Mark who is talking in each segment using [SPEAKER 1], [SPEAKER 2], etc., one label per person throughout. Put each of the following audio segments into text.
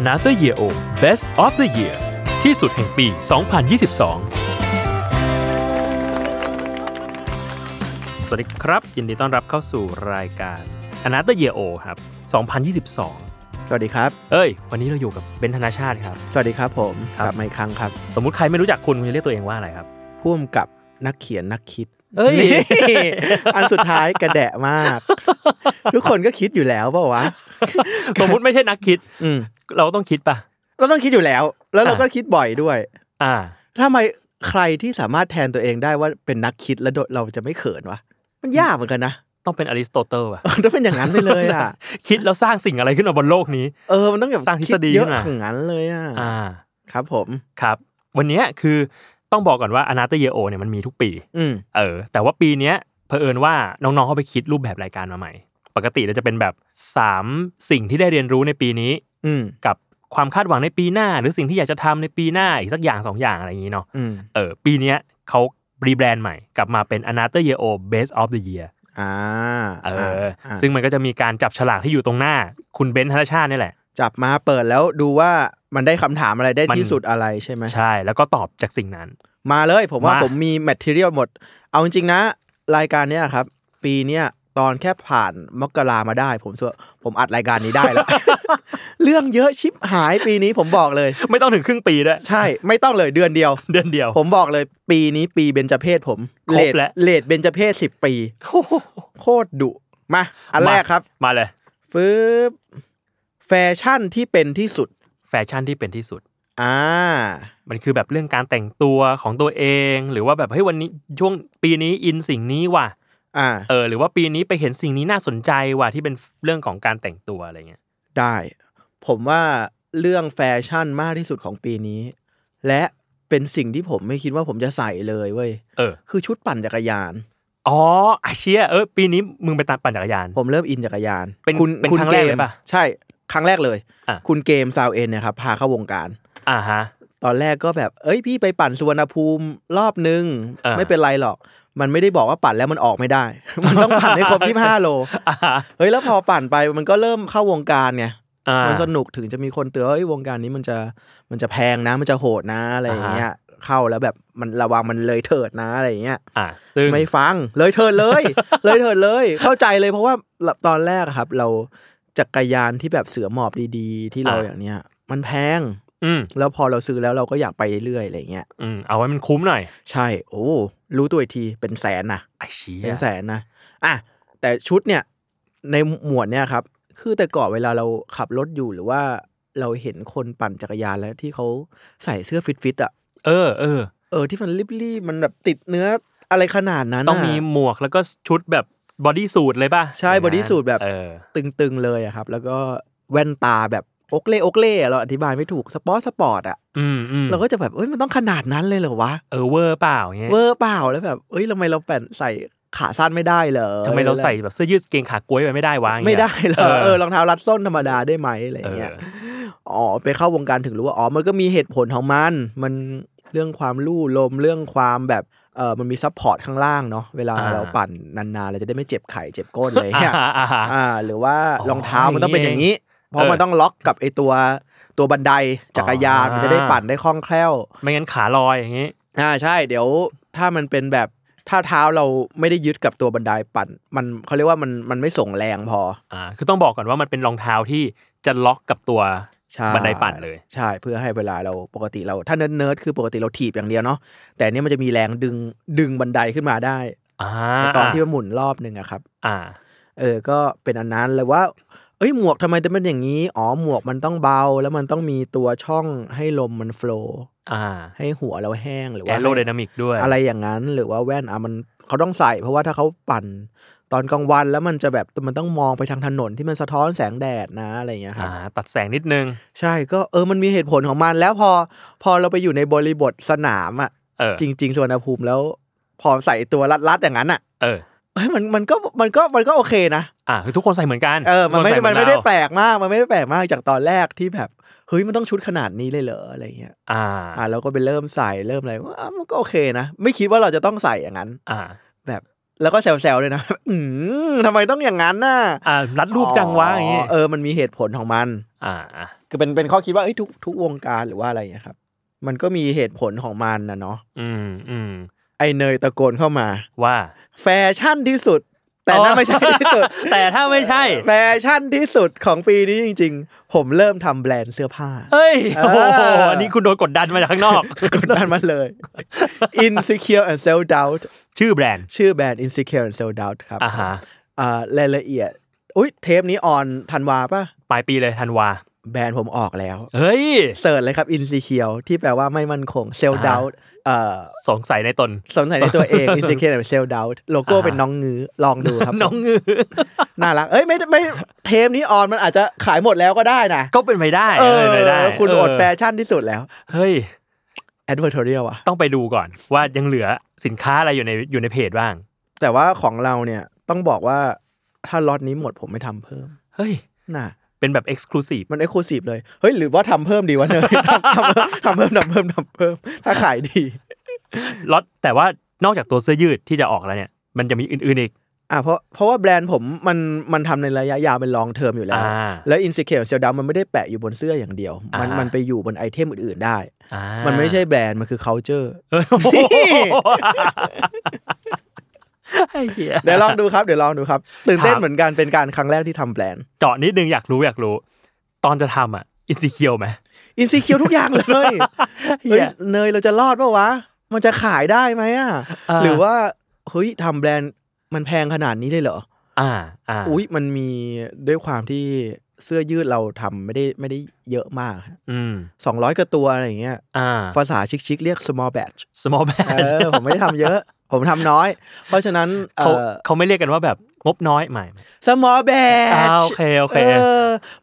[SPEAKER 1] Another Year O Best of the Year ที่สุดแห่งปี 2022 สวัสดีครับ ยินดีต้อนรับเข้าสู่รายการ Another Year O ครับ 2022
[SPEAKER 2] สวัสดีครับ
[SPEAKER 1] เอ้ย วันนี้เราอยู่กับเบนธนาชาติครับ
[SPEAKER 2] สวัสดีครับผม
[SPEAKER 1] ครับ
[SPEAKER 2] กลับมาอีกครั้งครับ
[SPEAKER 1] สมมุติใครไม่รู้จักคุณ คุณจะเรียกตัวเองว่าอะไร ครับ
[SPEAKER 2] พ่วมกับนักเขียนนักคิด
[SPEAKER 1] เอ้ย
[SPEAKER 2] นี่ อันสุดท้ายกระแดะมาก ทุกคนก็คิดอยู่แล้วเปล่าวะ
[SPEAKER 1] สมมุติไม่ใช่นักคิด
[SPEAKER 2] อืม
[SPEAKER 1] เราก็ต้องคิดป่ะ
[SPEAKER 2] เราต้องคิดอยู่แล้ว แล้วเรา
[SPEAKER 1] อ่ะ
[SPEAKER 2] ก็คิดบ่อยด้วย
[SPEAKER 1] อ่า
[SPEAKER 2] ทำไมใครที่สามารถแทนตัวเองได้ว่าเป็นนักคิดแล้วโดยเราจะไม่เขินวะมันยากเหมือนกันนะ
[SPEAKER 1] ต้องเป็นอริสโตเติลป่ะ
[SPEAKER 2] ต้องเป็นอย่างนั้นไปเลยอ่ะ
[SPEAKER 1] คิดแล้วสร้างสิ่งอะไรขึ้นมาบนโลกนี้
[SPEAKER 2] เออมันต้องแบบ
[SPEAKER 1] สร้างทฤษฎี
[SPEAKER 2] คิเยอะ
[SPEAKER 1] ขึ้นมา
[SPEAKER 2] อย่างนั้นเลยอ่ะ
[SPEAKER 1] อ่า
[SPEAKER 2] ครับผม
[SPEAKER 1] ครับ วันเนี้ยคือต้องบอกก่อนว่า Another Year O เนี่ยมันมีทุกปี
[SPEAKER 2] อืม
[SPEAKER 1] เออแต่ว่าปีเนี้ยเผอิญว่าน้องๆเขาไปคิดรูปแบบรายการมาใหม่ ปกติเราจะเป็นแบบ 3 สิ่งที่ได้เรียนรู้ในปีนี้
[SPEAKER 2] อืม
[SPEAKER 1] กับความคาดหวังในปีหน้า หรือสิ่งที่อยากจะทำในปีหน้าอีกสักอย่าง 2 อย่างอะไรอย่างนี้เนาะ
[SPEAKER 2] อืม
[SPEAKER 1] เออปีเนี้ยเขารีแบรนด์ใหม่ กลับมาเป็น Another Year O Best of the Year
[SPEAKER 2] อ่า
[SPEAKER 1] เอออ
[SPEAKER 2] ะ
[SPEAKER 1] ซึ่งมันก็จะมีการจับฉลากที่อยู่ตรงหน้า คุณเบนซ์ธนชาตินี่แหละ
[SPEAKER 2] จับมาเปิดแล้วดูว่ามันได้คำถามอะไรได้
[SPEAKER 1] มัน
[SPEAKER 2] ที่สุดอะไรใช่ไหม
[SPEAKER 1] ใช่แล้วก็ตอบจากสิ่งนั้น
[SPEAKER 2] มาเลยผมว่า
[SPEAKER 1] มา
[SPEAKER 2] ผมมีแมทเทียลหมด เอาจริงๆนะ รายการเนี้ยครับ ปีเนี้ยตอนแค่ผ่านมกรามาได้ ผมเชื่อผมอัดรายการนี้ได้ แล้ว เรื่องเยอะชิบหายปีนี้ผมบอกเลย
[SPEAKER 1] ไม่ต้องถึงครึ่งปีด้วย
[SPEAKER 2] ใช่ไม่ต้องเลยเดือนเดียว
[SPEAKER 1] เดือนเดียว
[SPEAKER 2] ผมบอกเลยปีนี้ปีเบญจเพศผม
[SPEAKER 1] ครบ
[SPEAKER 2] เลด
[SPEAKER 1] แล้ว
[SPEAKER 2] เลดเบญจเพศสิบปี โคตรดุมาอันแรกครับ
[SPEAKER 1] มาเลย
[SPEAKER 2] ฟืบแฟชั่นที่เป็นที่สุด
[SPEAKER 1] แฟชั่นที่เป็นที่สุด
[SPEAKER 2] อ่า
[SPEAKER 1] มันคือแบบเรื่องการแต่งตัวของตัวเอง หรือว่าแบบเฮ้ยวันนี้ช่วงปีนี้อินสิ่งนี้ว่ะ
[SPEAKER 2] อ่า
[SPEAKER 1] เออหรือว่าปีนี้ไปเห็นสิ่งนี้น่าสนใจว่ะที่เป็นเรื่องของการแต่งตัวอะไรเงี้ย
[SPEAKER 2] ได้ ผมว่าเรื่องแฟชั่นมากที่สุดของปีนี้ และเป็นสิ่งที่ผมไม่คิดว่าผมจะใส่เลยเว้ย
[SPEAKER 1] เออ
[SPEAKER 2] คือชุดปั่นจักรยาน
[SPEAKER 1] อ๋อไอาเชียเออปีนี้มึงไปตามปั่นจักรยาน
[SPEAKER 2] ผมเริ่มอินจักรยาน
[SPEAKER 1] เป็น
[SPEAKER 2] คุณ
[SPEAKER 1] เป็น
[SPEAKER 2] คุณ
[SPEAKER 1] ครั้งแรกเลยปะ
[SPEAKER 2] ใช่ ครั้งแรกเลย
[SPEAKER 1] อ่ะ
[SPEAKER 2] คุณเกมซาวเอ็นเนี่ยครับพาเข้าวงการ
[SPEAKER 1] อ่าฮะ
[SPEAKER 2] ตอนแรกก็แบบเอ้ยพี่ไปปั่นสุวรรณภูมิรอบนึง
[SPEAKER 1] อ่า
[SPEAKER 2] ไม่เป็นไรหรอก มันไม่ได้บอกว่าปั่นแล้วมันออกไม่ได้ มันต้องปั่นให้ครบที่ห้าโล
[SPEAKER 1] อ่าฮะ
[SPEAKER 2] เฮ้ยแล้วพอปั่นไปมันก็เริ่มเข้าวงการไง
[SPEAKER 1] อ่า
[SPEAKER 2] มันสนุกถึงจะมีคนเตือนว่าเอ้ยวงการนี้มันจะมันจะแพงนะ มันจะโหดนะอะไรอย่างเงี้ยเข้าแล้วแบบมันระวังมันเลยเถิดนะอะไรอย่างเงี้ย
[SPEAKER 1] อ่าซึ่ง
[SPEAKER 2] ไม่ฟังเลยเถิดเลย เลยเถิดเลย เข้าใจเลยเพราะว่าตอนแรกอะครับ เราจักรยานที่แบบเสือหมอบดีๆ ที่เราอย่างเนี้ย มันแพง
[SPEAKER 1] อืม
[SPEAKER 2] แล้วพอเราซื้อแล้วเราก็อยากไปเรื่อยๆอะไรอย่างเงี้ย
[SPEAKER 1] อืมเอาไว้มันคุ้มหน่อย
[SPEAKER 2] ใช่ โอ้รู้ตัวอีกทีเป็นแสนนะ
[SPEAKER 1] ไอาเชีย
[SPEAKER 2] เป็นแสนนะอ่ะแต่ชุดเนี่ยในหมวดเนี่ยครับ คือแต่ก่อนเวลาเราขับรถอยู่หรือว่าเราเห็นคนปั่นจักรยานแล้วที่เขาใส่เสื้อฟิตฟิตๆอ่ะ
[SPEAKER 1] เออเออ
[SPEAKER 2] เออที่มันรีบๆมันแบบติดเนื้ออะไรขนาดนั้น
[SPEAKER 1] ต้องมี
[SPEAKER 2] ะ
[SPEAKER 1] หมวกแล้วก็ชุดแบบบอดี้สูทเลยป่ะ
[SPEAKER 2] ใช่ body suit แบบ
[SPEAKER 1] เออ
[SPEAKER 2] ตึงๆเลยอะครับ แล้วก็แว่นตาแบบโอกเล่โอกเล่อะเราอธิบายไม่ถูกสปอร์ตสปอร์ตอ่ะ
[SPEAKER 1] อืมอืม
[SPEAKER 2] เราก็จะแบบเอ้ยมันต้องขนาดนั้นเลยเหรอวะ
[SPEAKER 1] เออเวอร์เปล่าเงี้ย
[SPEAKER 2] เวอร์เปล่าแล้วแบบเอ้ยทำไมเราแป่นใส่ขาสั้นไม่ได้เหรอ
[SPEAKER 1] ทำไมเราใส่แบบเสื้อยืดเกงขากล้วยไปไม่ได้วะเงี้ย
[SPEAKER 2] ไม่ได้เหรอ
[SPEAKER 1] เออ
[SPEAKER 2] เออรองเท้ารัดส้นธรรมดาได้ไหมอะไร
[SPEAKER 1] เออ
[SPEAKER 2] เงี้ยอ๋อไปเข้าวงการถึงรู้ว่าอ๋อมันก็มีเหตุผลของมัน มันเรื่องความลู่ลมเรื่องความแบบเออมันมีซัพพอร์ตข้างล่างเนาะเวลา
[SPEAKER 1] อ่า
[SPEAKER 2] เราปั่นนานๆเราจะได้ไม่เจ็บไข่เจ็บก้นอะไร
[SPEAKER 1] อ่า
[SPEAKER 2] เงี้ย
[SPEAKER 1] ฮะอ่าฮะ
[SPEAKER 2] อ่า หรือว่า
[SPEAKER 1] อ๋อ
[SPEAKER 2] รองเท้ามันต้องเป็นอย่างนี้ เพ
[SPEAKER 1] เอ
[SPEAKER 2] ราะ
[SPEAKER 1] อ
[SPEAKER 2] มันต้องล็อกกับไอตัวตัวบันไดจักรยาน
[SPEAKER 1] อ๋อ
[SPEAKER 2] มันจะได้ปั่นได้คล่องแคล่ว
[SPEAKER 1] ไม่งั้นขาลอยอย่างงี้
[SPEAKER 2] อ่าใช่ เดี๋ยว ถ้ามันเป็นแบบถ้าเท้าเราไม่ได้ยึดกับตัวบันไดปั่น มันเขาเรียกว่ามันมันไม่ส่งแรงพอ
[SPEAKER 1] อ่าคือต้องบอกก่อนว่ามันเป็นรองเท้าที่จะล็อกกับตัว
[SPEAKER 2] ใช่
[SPEAKER 1] บันไดปั่นเลย
[SPEAKER 2] ใช่เพื่อให้เวลาเราปกติเรา ถ้าเนิร์ดเนิร์ดๆคือปกติเราถีบอย่างเดียวเนาะแต่อันนี่มันจะมีแรงดึงดึงบันไดขึ้นมาได้
[SPEAKER 1] อ่า
[SPEAKER 2] ในตอนที่มันหมุนรอบหนึ่งอะครับ
[SPEAKER 1] อ่า
[SPEAKER 2] เออ ก็เป็นอันนั้นแล้วว่า เอ้ย หมวกทำไมจะเป็นอย่างนี้ อ๋อ หมวกมันต้องเบา แล้วมันต้องมีตัวช่องให้ลมมันโฟลว์
[SPEAKER 1] อ่า
[SPEAKER 2] ให้หัวเราแห้ง หรือ
[SPEAKER 1] แอ
[SPEAKER 2] ว่า
[SPEAKER 1] โรไดนามิกด้วย
[SPEAKER 2] อะไรอย่างนั้น หรือว่าแว่น อ่ะ มันเขาต้องใส่ เพราะว่าถ้าเขาปั่นตอนกลางวันแล้วมันจะแบบมันต้องมองไปทางถนนที่มันสะท้อนแสงแดดนะอะไรอย่างเงี้ยครั
[SPEAKER 1] อ่า
[SPEAKER 2] บ
[SPEAKER 1] ตัดแสงนิดนึง
[SPEAKER 2] ใช่ ก็เออ มันมีเหตุผลของมัน แล้วพอ พอเราไปอยู่ในบริบทสนามอ่ะ
[SPEAKER 1] เออ
[SPEAKER 2] จริง ๆสวนภูมิแล้ว พอใส่ตัวรัดๆอย่างนั้นอ่ะ
[SPEAKER 1] เออ
[SPEAKER 2] เอ้ย มัน มันก็ มันก็ มันก็โอเคนะ
[SPEAKER 1] อ่าคือทุกคนใส่เหมือนกัน
[SPEAKER 2] เออ มันไม่
[SPEAKER 1] ทุกค
[SPEAKER 2] มัน
[SPEAKER 1] ใส่
[SPEAKER 2] ไม่ได้
[SPEAKER 1] เหอ
[SPEAKER 2] แป
[SPEAKER 1] เรา
[SPEAKER 2] ลกมาก มันไม่ได้แปลกมากจากตอนแรกที่แบบ เฮ้ย มันต้องชุดขนาดนี้เลยเหรออะไรเงี้ย
[SPEAKER 1] อ่า
[SPEAKER 2] อ่าเราก็ไปเริ่มใส่เริ่มอะไรว่ามันก็โอเคนะ ไม่คิดว่าเราจะต้องใส่อย่างนั้น
[SPEAKER 1] อ่า
[SPEAKER 2] แบบ แล้วก็แซวๆเลยนะ อืมทำไมต้องอย่างนั้นน่ะ
[SPEAKER 1] อ่ารัดรูปจังวะอย่างงี้
[SPEAKER 2] เออ มันมีเหตุผลของมัน
[SPEAKER 1] อ่าอ่า
[SPEAKER 2] คือเป็น เป็นข้อคิดว่าเอ้ยทุก ทุกวงการหรือว่าอะไรเงี้ยครับ มันก็มีเหตุผลของมันนะเนาะ
[SPEAKER 1] อืมอืม
[SPEAKER 2] ไอเนยตะโกนเข้ามา
[SPEAKER 1] ว่า
[SPEAKER 2] แฟชั่นที่สุด แต่นั่นไม่ใช่ที่สุด
[SPEAKER 1] แต่ถ้าไม่ใช่
[SPEAKER 2] แฟชั่นที่สุดของปีนี้จริง ๆ ผมเริ่มทำแบรนด์เสื้อผ้า
[SPEAKER 1] เฮ้ย
[SPEAKER 2] เออ
[SPEAKER 1] โอ้โห อันนี้คุณโดนกดดันมาจากข้างนอก
[SPEAKER 2] กดดันมาเลย insecure and self doubt
[SPEAKER 1] ชื่อแบรนด์
[SPEAKER 2] ชื่อแบรนด์ insecure and self doubt ครับ
[SPEAKER 1] อ่าฮะ
[SPEAKER 2] อ่ารายละเอียด อุ้ยเทปนี้ออนธันวาป่ะ
[SPEAKER 1] ปลายปีเลยธันวา
[SPEAKER 2] แบรนด์ผมออกแล้ว
[SPEAKER 1] เฮ้ย
[SPEAKER 2] เสิร์ชเลยครับ insecure ที่แปลว่าไม่มั่นคง self doubt เอ่อ
[SPEAKER 1] สงสัยในตน
[SPEAKER 2] สงสัยในตัวเอง insecure and self doubt โลโก้เป็นน้องงื้อลองดูครับ
[SPEAKER 1] น้องงือ
[SPEAKER 2] น่ารัก เอ้ยไม่ไม่เทปนี้ออนมันอาจจะขายหมดแล้วก็ได้นะ
[SPEAKER 1] ก็เป็นไปได้
[SPEAKER 2] เออ
[SPEAKER 1] เป็นไปได้
[SPEAKER 2] คุณ
[SPEAKER 1] เ
[SPEAKER 2] อดแฟชั่นที่สุดแล้ว
[SPEAKER 1] เฮ้ย
[SPEAKER 2] advertorial อะ
[SPEAKER 1] ต้องไปดูก่อนว่ายังเหลือสินค้าอะไรอยู่ในอยู่ในเพจบ้าง
[SPEAKER 2] แต่ว่าของเราเนี่ยต้องบอกว่าถ้าล็อตนี้หมดผมไม่ทำเพิ่ม
[SPEAKER 1] เฮ้ย
[SPEAKER 2] น่ะ
[SPEAKER 1] เป็นแบบ exclusive
[SPEAKER 2] มันเอ็กซ์คลูซีฟเลย เฮ้ย หรือว่าทำเพิ่มดีวะเนย ทำทำเพิ่มทำเพิ่มทำเพิ่มทำเพิ่ม ถ้าขายดี
[SPEAKER 1] ล็อตแต่ว่านอกจากตัวเสื้อยืดที่จะออกแล้วเนี่ย มันจะมีอื่นๆอีก
[SPEAKER 2] อ่ะเพราะเพราะว่าแบรนด์ผมมันมันทำในระยะยาวเป็นลองเทอมอยู่แล้ว
[SPEAKER 1] อ่า
[SPEAKER 2] แล้วอินสิเคียวเซลดามันไม่ได้แปะอยู่บนเสื้ออย่างเดียว มัน
[SPEAKER 1] อ่ามั
[SPEAKER 2] มันไปอยู่บนไอเทมอื่นๆได้
[SPEAKER 1] อ่า
[SPEAKER 2] มันไม่ใช่แบรนด์มันคือ culture
[SPEAKER 1] เฮ้ยโอ้โหไอ้เหี้ย
[SPEAKER 2] เดี๋ยวลองดูครับเดี๋ยวลองดูครับ ตื่นเต้นเหมือนกันเป็นการครั้งแรกที่ทำแบรนด์
[SPEAKER 1] เจาะนิดนึงอยากรู้อยากรู้ ตอนจะทำอ่ะ อินซิเคียวไหม
[SPEAKER 2] อินสิเคียวทุกอย่างเลย
[SPEAKER 1] เหี้
[SPEAKER 2] เฮ้ย
[SPEAKER 1] ย
[SPEAKER 2] เนยเราจะรอดปะวะ มันจะขายได้ไหมอ่ะ
[SPEAKER 1] อ่า
[SPEAKER 2] หรือว่าเฮ้ยทำแบรนด์มันแพงขนาดนี้เลยเหรอ
[SPEAKER 1] อ่าอ่า
[SPEAKER 2] อุ้ยมันมีด้วยความที่เสื้อยืดเราทำไม่ได้ไม่ได้เยอะมาก
[SPEAKER 1] อืม
[SPEAKER 2] สองร้อยกว่าตัวอะไรอย่างเงี้ย
[SPEAKER 1] อ่า
[SPEAKER 2] ภาษาชิคๆเรียก small batch
[SPEAKER 1] small
[SPEAKER 2] เอ
[SPEAKER 1] batch
[SPEAKER 2] อผมไม่ได้ทำเยอะ ผมทำน้อย เพราะฉะนั้น
[SPEAKER 1] เขา
[SPEAKER 2] เอ่อ
[SPEAKER 1] เขาไม่เรียกกันว่าแบบงบน้อยใหม่
[SPEAKER 2] small
[SPEAKER 1] อ่า
[SPEAKER 2] batch
[SPEAKER 1] โอเคโอเค
[SPEAKER 2] อ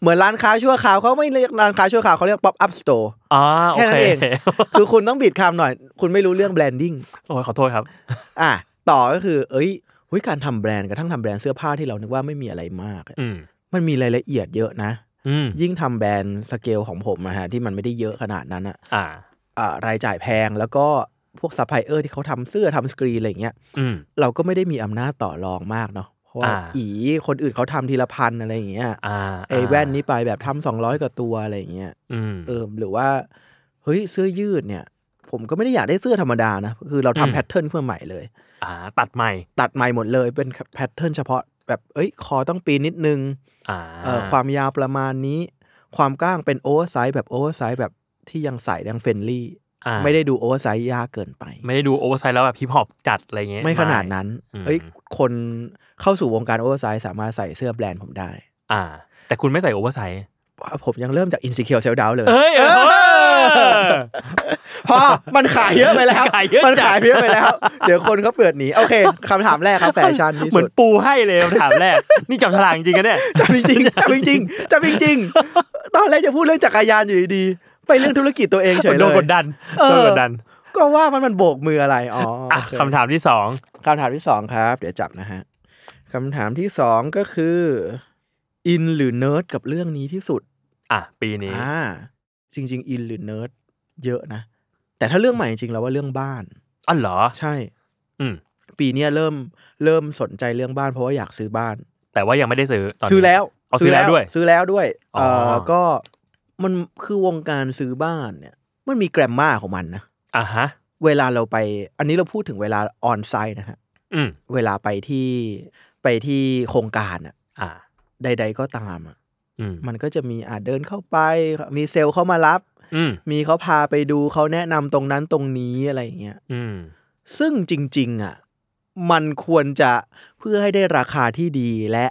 [SPEAKER 2] เหมือนร้านค้าชั่วคราวเขาไม่เรียกร้านค้าชั่วคราวเขาเรียก pop up store
[SPEAKER 1] อ่าโอ
[SPEAKER 2] แค่นั้
[SPEAKER 1] เคน
[SPEAKER 2] เอง คือคุณต้องบิดคำหน่อย คุณไม่รู้เรื่อง branding
[SPEAKER 1] โอ้ยขอโทษครับ
[SPEAKER 2] อ่ะต่อก็คือ เอ้ยหุยการทำแบรนด์กระทั่งทำแบรนด์เสื้อผ้าที่เรานึกว่าไม่มีอะไรมากอะ
[SPEAKER 1] อืม
[SPEAKER 2] มันมีรายละเอียดเยอะนะ
[SPEAKER 1] อืม
[SPEAKER 2] ยิ่งทำแบรนด์สเกลของผมอะฮะที่มันไม่ได้เยอะขนาดนั้นอะ
[SPEAKER 1] อ่า
[SPEAKER 2] อ่ารายจ่ายแพงแล้วก็พวกซัพพลายเออร์ที่เขาทำเสื้อทำสกรีนอะไรอย่างเงี้ย
[SPEAKER 1] อืม
[SPEAKER 2] เราก็ไม่ได้มีอำนาจต่อรองมากเนาะเพราะว่า
[SPEAKER 1] อ่า
[SPEAKER 2] อีคนอื่นเขาทำทีละพันอะไรอย่างเงี้ย
[SPEAKER 1] อ่า
[SPEAKER 2] ไอ้แว่นนี้ไปแบบทำสองร้อยกว่าตัวอะไรอย่างเงี้ย
[SPEAKER 1] อืม
[SPEAKER 2] เออหรือว่าเฮ้ยเสื้อยืดเนี่ย ผมก็ไม่ได้อยากได้เสื้อธรรมดานะคือเรา
[SPEAKER 1] อืม
[SPEAKER 2] ทำแพทเทิร์นเพื่อใหม่เลย
[SPEAKER 1] อ่า ตัดใหม่
[SPEAKER 2] ตัดใหม่หมดเลยเป็นแพทเทิร์นเฉพาะแบบเอ้ย คอต้องปีนนิดนึง
[SPEAKER 1] อ่า
[SPEAKER 2] เอ่อความยาวประมาณนี้ ความกว้างเป็นโอเวอร์ไซส์แบบโอเวอร์ไซส์แบบที่ยังใส่ยังเฟรนลี่
[SPEAKER 1] อ่า
[SPEAKER 2] ไม่ได้ดูโอเวอร์ไซส์ยากเกินไป
[SPEAKER 1] ไม่ได้ดูโอเวอร์ไซส์แล้วแบบฮิปฮอปจัดอะไรเงี้ย
[SPEAKER 2] ไม่ขนาดนั้น
[SPEAKER 1] อืม
[SPEAKER 2] เอ้ยคนเข้าสู่วงการโอเวอร์ไซส์สามารถใส่เสื้อแบรนด์ผมได้
[SPEAKER 1] อ่า แต่คุณไม่ใส่โอเวอร์ไซส์
[SPEAKER 2] ว่าผมยังเริ่มจากอินสิเคียวเซลดาวเลย
[SPEAKER 1] เอ้ยเออ
[SPEAKER 2] พอมันขายเยอะไปแล้ว
[SPEAKER 1] ขายเยอะจัด
[SPEAKER 2] มันขายเยอะไปแล้ว เดี๋ยวคนเขาเปิดหนี โอเคคำถามแร กครับแฟชั่นที่
[SPEAKER 1] เหมือ
[SPEAKER 2] สุ
[SPEAKER 1] น
[SPEAKER 2] ด
[SPEAKER 1] ปูให้เลยคำถามแร ก นี่จับฉลากจริงๆกันเนี่ย
[SPEAKER 2] จับจริงๆจับจริงๆจับจริงๆตอนแรกจะพูดเรื่องจักรยานอยู่ดีๆไปเรื่องธุรกิจตัวเองเฉย
[SPEAKER 1] โด
[SPEAKER 2] เล
[SPEAKER 1] น
[SPEAKER 2] ย
[SPEAKER 1] กดดัน
[SPEAKER 2] เออ
[SPEAKER 1] โดนกดดัน
[SPEAKER 2] ก็ว่ามันมันโบกมืออะไรอ๋อ
[SPEAKER 1] อ่ะ
[SPEAKER 2] โอเค
[SPEAKER 1] คำถามที่สอง
[SPEAKER 2] คำถามที่สองครับ เดี๋ยวจับนะฮะคำถามที่สองก็คืออินหรือเนิร์ดกับเรื่องนี้ที่สุด
[SPEAKER 1] อ่ะ ปีนี้
[SPEAKER 2] อ่าจริง ๆ อินหรือเนิร์ดเยอะนะ แต่ถ้าเรื่องใหม่จริงๆแล้วว่าเรื่องบ้าน
[SPEAKER 1] อ๋อเหรอ
[SPEAKER 2] ใช่
[SPEAKER 1] อืม
[SPEAKER 2] ปีเนี้ยเริ่มเริ่มสนใจเรื่องบ้านเพราะว่าอยากซื้อบ้าน
[SPEAKER 1] แต่ว่ายังไม่ได้ซื้อตอนนี้
[SPEAKER 2] ซื้อแล้ว
[SPEAKER 1] เอาซื้อแล้วด้วย
[SPEAKER 2] ซื้อแล้วด้วย
[SPEAKER 1] อ๋อ
[SPEAKER 2] เอ่อก็มันคือวงการซื้อบ้านเนี่ย มันมีแกรมมาของมันนะ
[SPEAKER 1] อ่ะฮะ
[SPEAKER 2] เวลาเราไป อันนี้เราพูดถึงเวลาออนไซต์นะฮะ
[SPEAKER 1] อืม
[SPEAKER 2] เวลาไปที่ไปที่โครงการอะ
[SPEAKER 1] อ่า
[SPEAKER 2] ใด ๆ ก็ตามอะ
[SPEAKER 1] อืม
[SPEAKER 2] มันก็จะมีอาจเดินเข้าไป มีเซลล์เข้ามารับ
[SPEAKER 1] อืม
[SPEAKER 2] มีเขาพาไปดูเขาแนะนำตรงนั้นตรงนี้อะไรอย่างเงี้ย
[SPEAKER 1] อืม
[SPEAKER 2] ซึ่งจริง ๆ อ่ะ มันควรจะเพื่อให้ได้ราคาที่ดีและ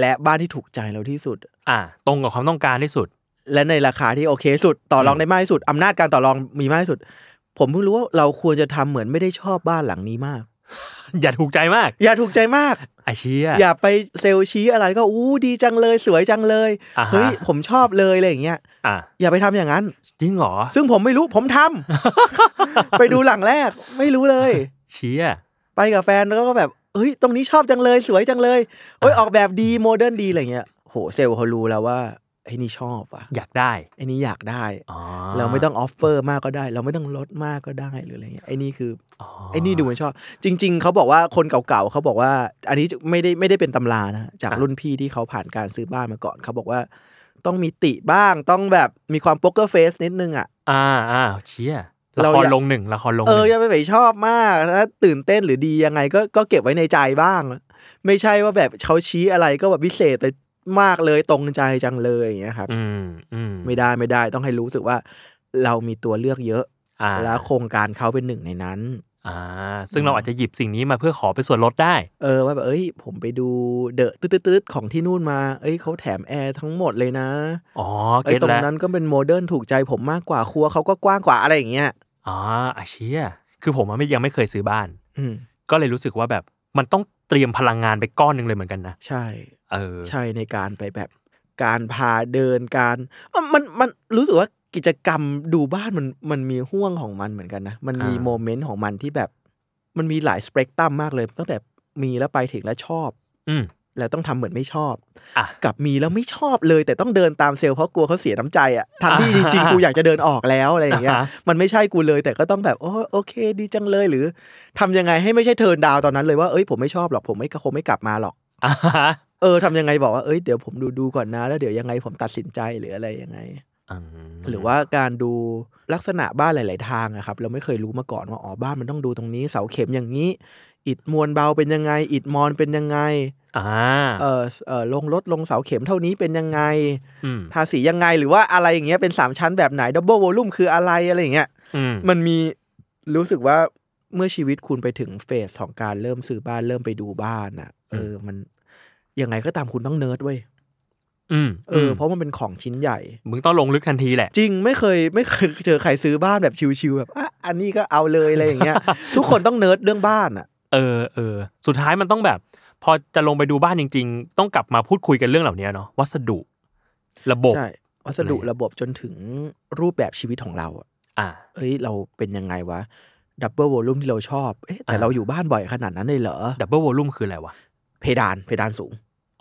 [SPEAKER 2] และบ้านที่ถูกใจเราที่สุด
[SPEAKER 1] อ่า ตรงกับความต้องการที่สุด
[SPEAKER 2] และในราคาที่โอเคสุดต่อรองได้มากที่สุดอำนาจการต่อรองมีมากที่สุด ผมเพิ่งรู้ว่าเราควรจะทำเหมือนไม่ได้ชอบบ้านหลังนี้มาก
[SPEAKER 1] อย่าถูกใจมาก
[SPEAKER 2] อย่าถูกใจมาก
[SPEAKER 1] ไอเชีย
[SPEAKER 2] อย่าไปเซลล์ชี้อะไรก็อู้ดีจังเลยสวยจังเลย
[SPEAKER 1] อ่าฮะ
[SPEAKER 2] เฮ้ยผมชอบเลยอะไรอย่างเงี้ย
[SPEAKER 1] อ่า
[SPEAKER 2] อย่าไปทำอย่างนั้น
[SPEAKER 1] จริงเหรอ
[SPEAKER 2] ซึ่งผมไม่รู้ผมทำ ไปดูหลังแรก ไม่รู้เลย
[SPEAKER 1] เชีย
[SPEAKER 2] ไปกับแฟนแล้วก็แบบเฮ้ย ตรงนี้ชอบจังเลยสวยจังเลยเอ้ยออกแบบดีโมเดิร์นดีอะไรเงี้ย โหเซลล์เขารู้แล้วว่าไอ้นี่ชอบว่ะ
[SPEAKER 1] อยากได้
[SPEAKER 2] ไอ้นี่อยากได้
[SPEAKER 1] อ๋อ
[SPEAKER 2] เราไม่ต้องออฟเฟอร์มากก็ได้ เราไม่ต้องลดมากก็ได้หรืออะไรเงี้ยไอ้นี่คือ
[SPEAKER 1] อ๋อ
[SPEAKER 2] ไอ้นี่ดูมันชอบ จริง ๆ เขาบอกว่าคนเก่าๆเขาบอกว่า อันนี้ไม่ได้ไม่ได้เป็นตำรานะจากรุ่นพี่ที่เขาผ่านการซื้อบ้านมาก่อนเขาบอกว่า ต้องมีติบ้างต้องแบบมีความโป๊กเกอร์เฟสนิดนึงอ่ะ
[SPEAKER 1] อ่าอ่าเชียละ
[SPEAKER 2] เรา
[SPEAKER 1] คร
[SPEAKER 2] อยาก
[SPEAKER 1] ลงหนึ่งละครลงห
[SPEAKER 2] เอ
[SPEAKER 1] นึ่
[SPEAKER 2] อง ยังไม่ไปชอบมากถ้าตื่นเต้นหรือดียังไงก็ก็เก็บไว้ในใจบ้าง ไม่ใช่ว่าแบบเขาชี้อะไรก็แบบพิเศษไปมากเลยตรงใจจังเลยอย่างเงี้ยครับ
[SPEAKER 1] อืมอืม
[SPEAKER 2] ไม่ได้ไม่ได้ต้องให้รู้สึกว่า เรามีตัวเลือกเยอะ
[SPEAKER 1] อ่า
[SPEAKER 2] แล้วโครงการเขาเป็นหนึ่งในนั้น
[SPEAKER 1] อ่า ซึ่งเราอาจจะหยิบสิ่งนี้มาเพื่อขอไปนส่วนลดได้
[SPEAKER 2] เออว่าแบบเอ้ย ผมไปดูเดอะตืดๆๆของที่นู่นมา เอ้ยเขาแถมแอร์ทั้งหมดเลยนะ
[SPEAKER 1] อ๋อ
[SPEAKER 2] ไอ้
[SPEAKER 1] เก็
[SPEAKER 2] ย
[SPEAKER 1] ต
[SPEAKER 2] ตรง
[SPEAKER 1] แล้ว
[SPEAKER 2] นั้นก็เป็นโมเดิร์นถูกใจผมมากกว่าครัวเขาก็กว้างกว่าอะไรอย่างเงี้ย
[SPEAKER 1] อ๋ออาเชียคือผมอะไม่ยังไม่เคยซื้อบ้าน
[SPEAKER 2] อืม
[SPEAKER 1] ก็เลยรู้สึกว่าแบบมันต้องเตรียมพลังงานไปก้อนหนึ่งเลยเหมือนกันนะ
[SPEAKER 2] ใช่
[SPEAKER 1] เออ
[SPEAKER 2] ใช่ในการไปแบบการพาเดินการมันมันมันรู้สึกว่ากิจกรรมดูบ้านมันมันมีห่วงของมันเหมือนกันนะ มันมี
[SPEAKER 1] อ่า
[SPEAKER 2] โมเมนต์ของมันที่แบบ มันมีหลายสเปกตรัมมากเลย ตั้งแต่มีแล้วไปถึงแล้วชอบ
[SPEAKER 1] อืม
[SPEAKER 2] แล้วต้องทำเหมือนไม่ชอบ
[SPEAKER 1] อ่ะ
[SPEAKER 2] กับมีแล้วไม่ชอบเลย แต่ต้องเดินตามเซลล์เพราะกลัวเขาเสียน้ำใจอะทางที่จ
[SPEAKER 1] อ่า
[SPEAKER 2] ริงๆกูอยากจะเดินออกแล้วอะไรอย่างเงี้ย
[SPEAKER 1] อ่าฮะ
[SPEAKER 2] มันไม่ใช่กูเลย แต่ก็ต้องแบบโอ้โอเค ดีจังเลยหรือทำยังไงให้ไม่ใช่เทิร์นดาวตอนนั้นเลยว่าเอ้ยผมไม่ชอบหรอกผมไม่คงไม่กลับมาหรอก
[SPEAKER 1] อ่าฮะ
[SPEAKER 2] เออทำยังไงบอกว่าเอ้ยเดี๋ยวผมดูดูก่อนนะแล้วเดี๋ยวยังไงผมตัดสินใจหรืออะไรยังไง
[SPEAKER 1] อืม
[SPEAKER 2] หรือว่าการดูลักษณะบ้านหลาย ๆ ทางนะครับ เราไม่เคยรู้มาก่อนว่าอ๋อบ้านมันต้องดูตรงนี้เสาเข็มอย่างนี้ อิฐมวลเบาเป็นยังไง อิฐมอนเป็นยังไง
[SPEAKER 1] อ่า
[SPEAKER 2] เออเออลงรถลงเสาเข็มเท่านี้เป็นยังไง
[SPEAKER 1] อืม
[SPEAKER 2] ทาสียังไงหรือว่าอะไรอย่างเงี้ยเป็นสามชั้นแบบไหนดับเบิลวอลลุ่มคืออะไรอะไรอย่างเงี้ย
[SPEAKER 1] อืม
[SPEAKER 2] มันมีรู้สึกว่าเมื่อชีวิตคุณไปถึงเฟสของการเริ่มซื้อบ้านเริ่มไปดูบ้านอ่ะเออมันยังไงก็ตามคุณต้องเนิร์ดเว้ย
[SPEAKER 1] อืม
[SPEAKER 2] เออเพราะมันเป็นของชิ้นใหญ่
[SPEAKER 1] มึงต้องลงลึกทันทีแหละ
[SPEAKER 2] จริงไม่เคย ไม่เคยเจอใครซื้อบ้านแบบชิวๆแบบอ่ะอันนี้ก็เอาเลยอะไรอย่างเงี้ย ทุกคนต้องเนิร์ดเรื่องบ้านอ่ะ
[SPEAKER 1] เออเออสุดท้ายมันต้องแบบ พอจะลงไปดูบ้านจริง ๆ ต้องกลับมาพูดคุยกันเรื่องเหล่านี้เนาะวัสดุ ระบบ
[SPEAKER 2] ใช่วัสดุ
[SPEAKER 1] อะไร
[SPEAKER 2] ระบบจนถึงรูปแบบชีวิตของเราอะ
[SPEAKER 1] อ่า
[SPEAKER 2] เอ้ย เราเป็นยังไงวะดับเบิลวอลลุ่มที่เราชอบเอ๊ะแต่
[SPEAKER 1] อ่า
[SPEAKER 2] เราอยู่บ้านบ่อยขนาดนั้นเลยเหรอ
[SPEAKER 1] ดับเบิลวอลลุ่มคืออะไรวะ
[SPEAKER 2] เพดานเพดานสูง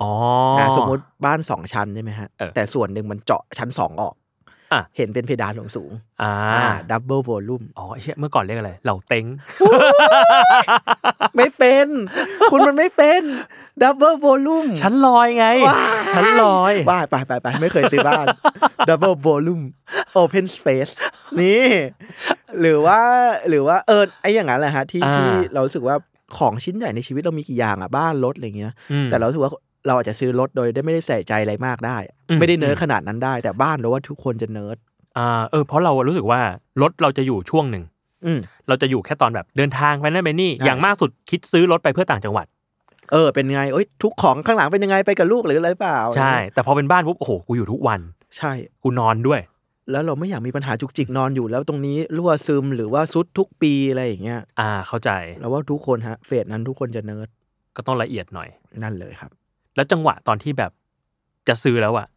[SPEAKER 1] อ๋อ
[SPEAKER 2] ะสมมติบ้านสองชั้นใช่ไหมฮะ
[SPEAKER 1] เออ
[SPEAKER 2] แต่ส่วนหนึ่งมันเจาะชั้นสองออก
[SPEAKER 1] อ่ะ
[SPEAKER 2] เห็นเป็นเพดานสูงสูง
[SPEAKER 1] อ่า
[SPEAKER 2] ดับเบิลวอลลุ่ม
[SPEAKER 1] อ๋อไอ้เชี่ยเมื่อก่อนเรียกอะไร เหล่าเต็ง
[SPEAKER 2] ไม่เป็น คุณมันไม่เป็นดับเบิลวอลลุ่ม
[SPEAKER 1] ชั้นลอยไง ชั้นลอย
[SPEAKER 2] บ้านไปไปไปไม่เคยซื้อ บ้าน Double Volume Open Space นี่ หรือว่าหรือว่าเออไออย่างนั้นแหละฮะที่
[SPEAKER 1] อ่า
[SPEAKER 2] ที่เรารู้สึกว่าของชิ้นใหญ่ในชีวิตเรามีกี่อย่างอ่ะบ้านรถอะไรเงี้ย
[SPEAKER 1] อืม
[SPEAKER 2] แต่เรารู้สึกว่าเราอาจจะซื้อรถโดยได้ไม่ได้ใส่ใจอะไรมากได้
[SPEAKER 1] อืม
[SPEAKER 2] ไม่ได้เนิร์ดขนาดนั้นได้ แต่บ้านเราว่าทุกคนจะเนิร์ด
[SPEAKER 1] อ่าเออเพราะเรารู้สึกว่ารถเราจะอยู่ช่วงหนึ่ง
[SPEAKER 2] อืม
[SPEAKER 1] เราจะอยู่แค่ตอนแบบเดินทางไปนั่นไปนี่
[SPEAKER 2] ใช่
[SPEAKER 1] อย่างมากสุดคิดซื้อรถไปเพื่อต่างจังหวัด
[SPEAKER 2] เออเป็นไงเอ้ยทุกของข้างหลังเป็นยังไงไปกับลูกหรืออะไรเปล่า
[SPEAKER 1] ใช่ แต่พอเป็นบ้านปุ๊บโอ้โหกูอยู่ทุกวัน
[SPEAKER 2] ใช่
[SPEAKER 1] กูนอนด้วย
[SPEAKER 2] แล้วเราไม่อยากมีปัญหาจุกจิกนอนอยู่แล้วตรงนี้รั่วซึมหรือว่าซุดทุกปีอะไรอย่างเงี้ย
[SPEAKER 1] อ่าเข้าใจ
[SPEAKER 2] เราว่าทุกคนฮะเฟสนั้นทุกคนจะเนิร์ด
[SPEAKER 1] ก็ต้องละเอียดหน่อย
[SPEAKER 2] นั่นเลยครับ
[SPEAKER 1] แล้วจังหวะตอนที่แบบจะซื้อแล้วอะ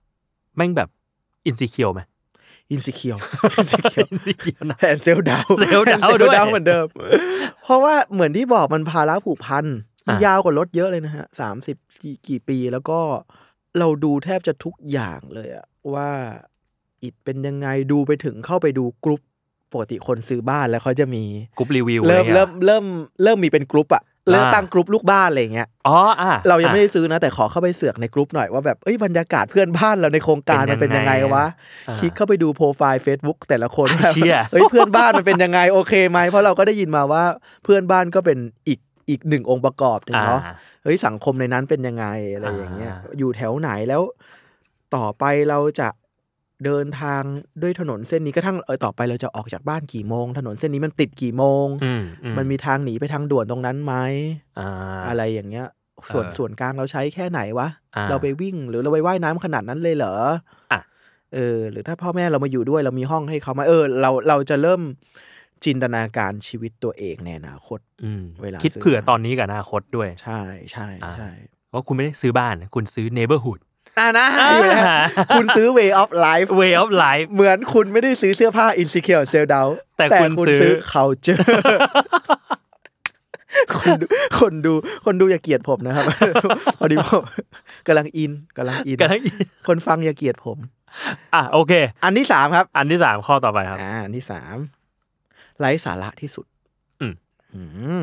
[SPEAKER 1] แม่งแบบอินซิเคียวไหม
[SPEAKER 2] อินสิเคียว
[SPEAKER 1] อินซิเคียวนะ
[SPEAKER 2] แอนเซล ดาว
[SPEAKER 1] เซลล์ดาวด้วย
[SPEAKER 2] เหมือนเดิม เพราะว่าเหมือนที่บอกมันภาระผูกพันมัน
[SPEAKER 1] อ่ะ
[SPEAKER 2] ยาวกว่ารถเยอะเลยนะฮะสามสิบกี่ปีแล้วก็เราดูแทบจะทุกอย่างเลยอะว่าอิดเป็นยังไงดูไปถึงเข้าไปดูกรุ๊ปปกติคนซื้อบ้านแล้วเขาจะมี
[SPEAKER 1] กรุ๊ปรีวิว
[SPEAKER 2] เริ่ม
[SPEAKER 1] อะไงี้ย
[SPEAKER 2] เริ่มเริ่มเริ่มมีเป็นกรุ๊ปอะ เลือกตั้งกรุ๊ปลูกบ้านอะไรอย่างเงี้ย
[SPEAKER 1] อ๋ออ่ะ
[SPEAKER 2] เรายังไม่
[SPEAKER 1] อ่ะ
[SPEAKER 2] ได้ซื้อนะ แต่ขอเข้าไปเสือกในกรุ๊ปหน่อยว่าแบบเอ้ยบรรยากาศเพื่อนบ้านเราในโครงการมัน
[SPEAKER 1] เป็
[SPEAKER 2] เป็น น
[SPEAKER 1] ยั
[SPEAKER 2] ยัง ง
[SPEAKER 1] ไง
[SPEAKER 2] ไงวะ
[SPEAKER 1] อ่า
[SPEAKER 2] คลิกเข้าไปดูโปรไฟล์ Facebook แต่ละคน
[SPEAKER 1] ไอ้เชี่ย
[SPEAKER 2] เฮ้ยเพื่อนบ้านมันเป็นยังไงโอเคไหมเพราะเราก็ได้ยินมาว่าเพื่อนบ้านก็เป็นอีกอีกหนึ่งองค์ประกอบหนึ่งเนาะ
[SPEAKER 1] อ่
[SPEAKER 2] เฮ้ยสังคมในนั้นเป็นยังไงอะไรอย่างเงี้ย
[SPEAKER 1] อ่า
[SPEAKER 2] อยู่แถวไหนแล้ว ต่อไปเราจะเดินทางด้วยถนนเส้นนี้กระทั่งเออต่อไปเราจะออกจากบ้านกี่โมง ถนนเส้นนี้มันติดกี่โมง
[SPEAKER 1] อืมอื
[SPEAKER 2] มันมีทางหนีไปทางด่วนตรงนั้นไหม
[SPEAKER 1] อ่า
[SPEAKER 2] อะไรอย่างเงี้ย ส่วน
[SPEAKER 1] เออ
[SPEAKER 2] ส่วนกลางเราใช้แค่ไหนวะ
[SPEAKER 1] อ่า
[SPEAKER 2] เราไปวิ่งหรือเราไปว่ายน้ำขนาดนั้นเลยเหรออะ เออ หรือถ้าพ่อแม่เรามาอยู่ด้วยเรามีห้องให้เขาไหมาเออ เราเราจะเริ่มจินตนาการชีวิตตัวเองในอนาคต
[SPEAKER 1] อืม
[SPEAKER 2] เวลา
[SPEAKER 1] คิด
[SPEAKER 2] ซื้อ
[SPEAKER 1] เผื่อตอนนี้กับอนาคตด้วย
[SPEAKER 2] ใช่ใช่
[SPEAKER 1] อ่า
[SPEAKER 2] ใช่
[SPEAKER 1] ว่าคุณไม่ได้ซื้อบ้าน คุณซื้อ neighborhood
[SPEAKER 2] อ่านะ
[SPEAKER 1] อ่า
[SPEAKER 2] อยู่แล้วคุณซื้อ way of life
[SPEAKER 1] way of life
[SPEAKER 2] เหมือนคุณไม่ได้ซื้อเสื้อผ้า insecure and sell down
[SPEAKER 1] แต่คุณซื้อ
[SPEAKER 2] culture คนดูคนดูคนดูอย่าเกลียดผมนะครับ พอดีผม กำลังอินกำลังอิน
[SPEAKER 1] กันทั้งอีก
[SPEAKER 2] คนฟังอย่าเกลียดผม
[SPEAKER 1] อ่ะโอเค
[SPEAKER 2] อันที่สามครับ
[SPEAKER 1] อันที่สามข้อต่อไปครับ
[SPEAKER 2] อ่า อันที่สามไร้สาระที่สุด
[SPEAKER 1] อืม
[SPEAKER 2] อืม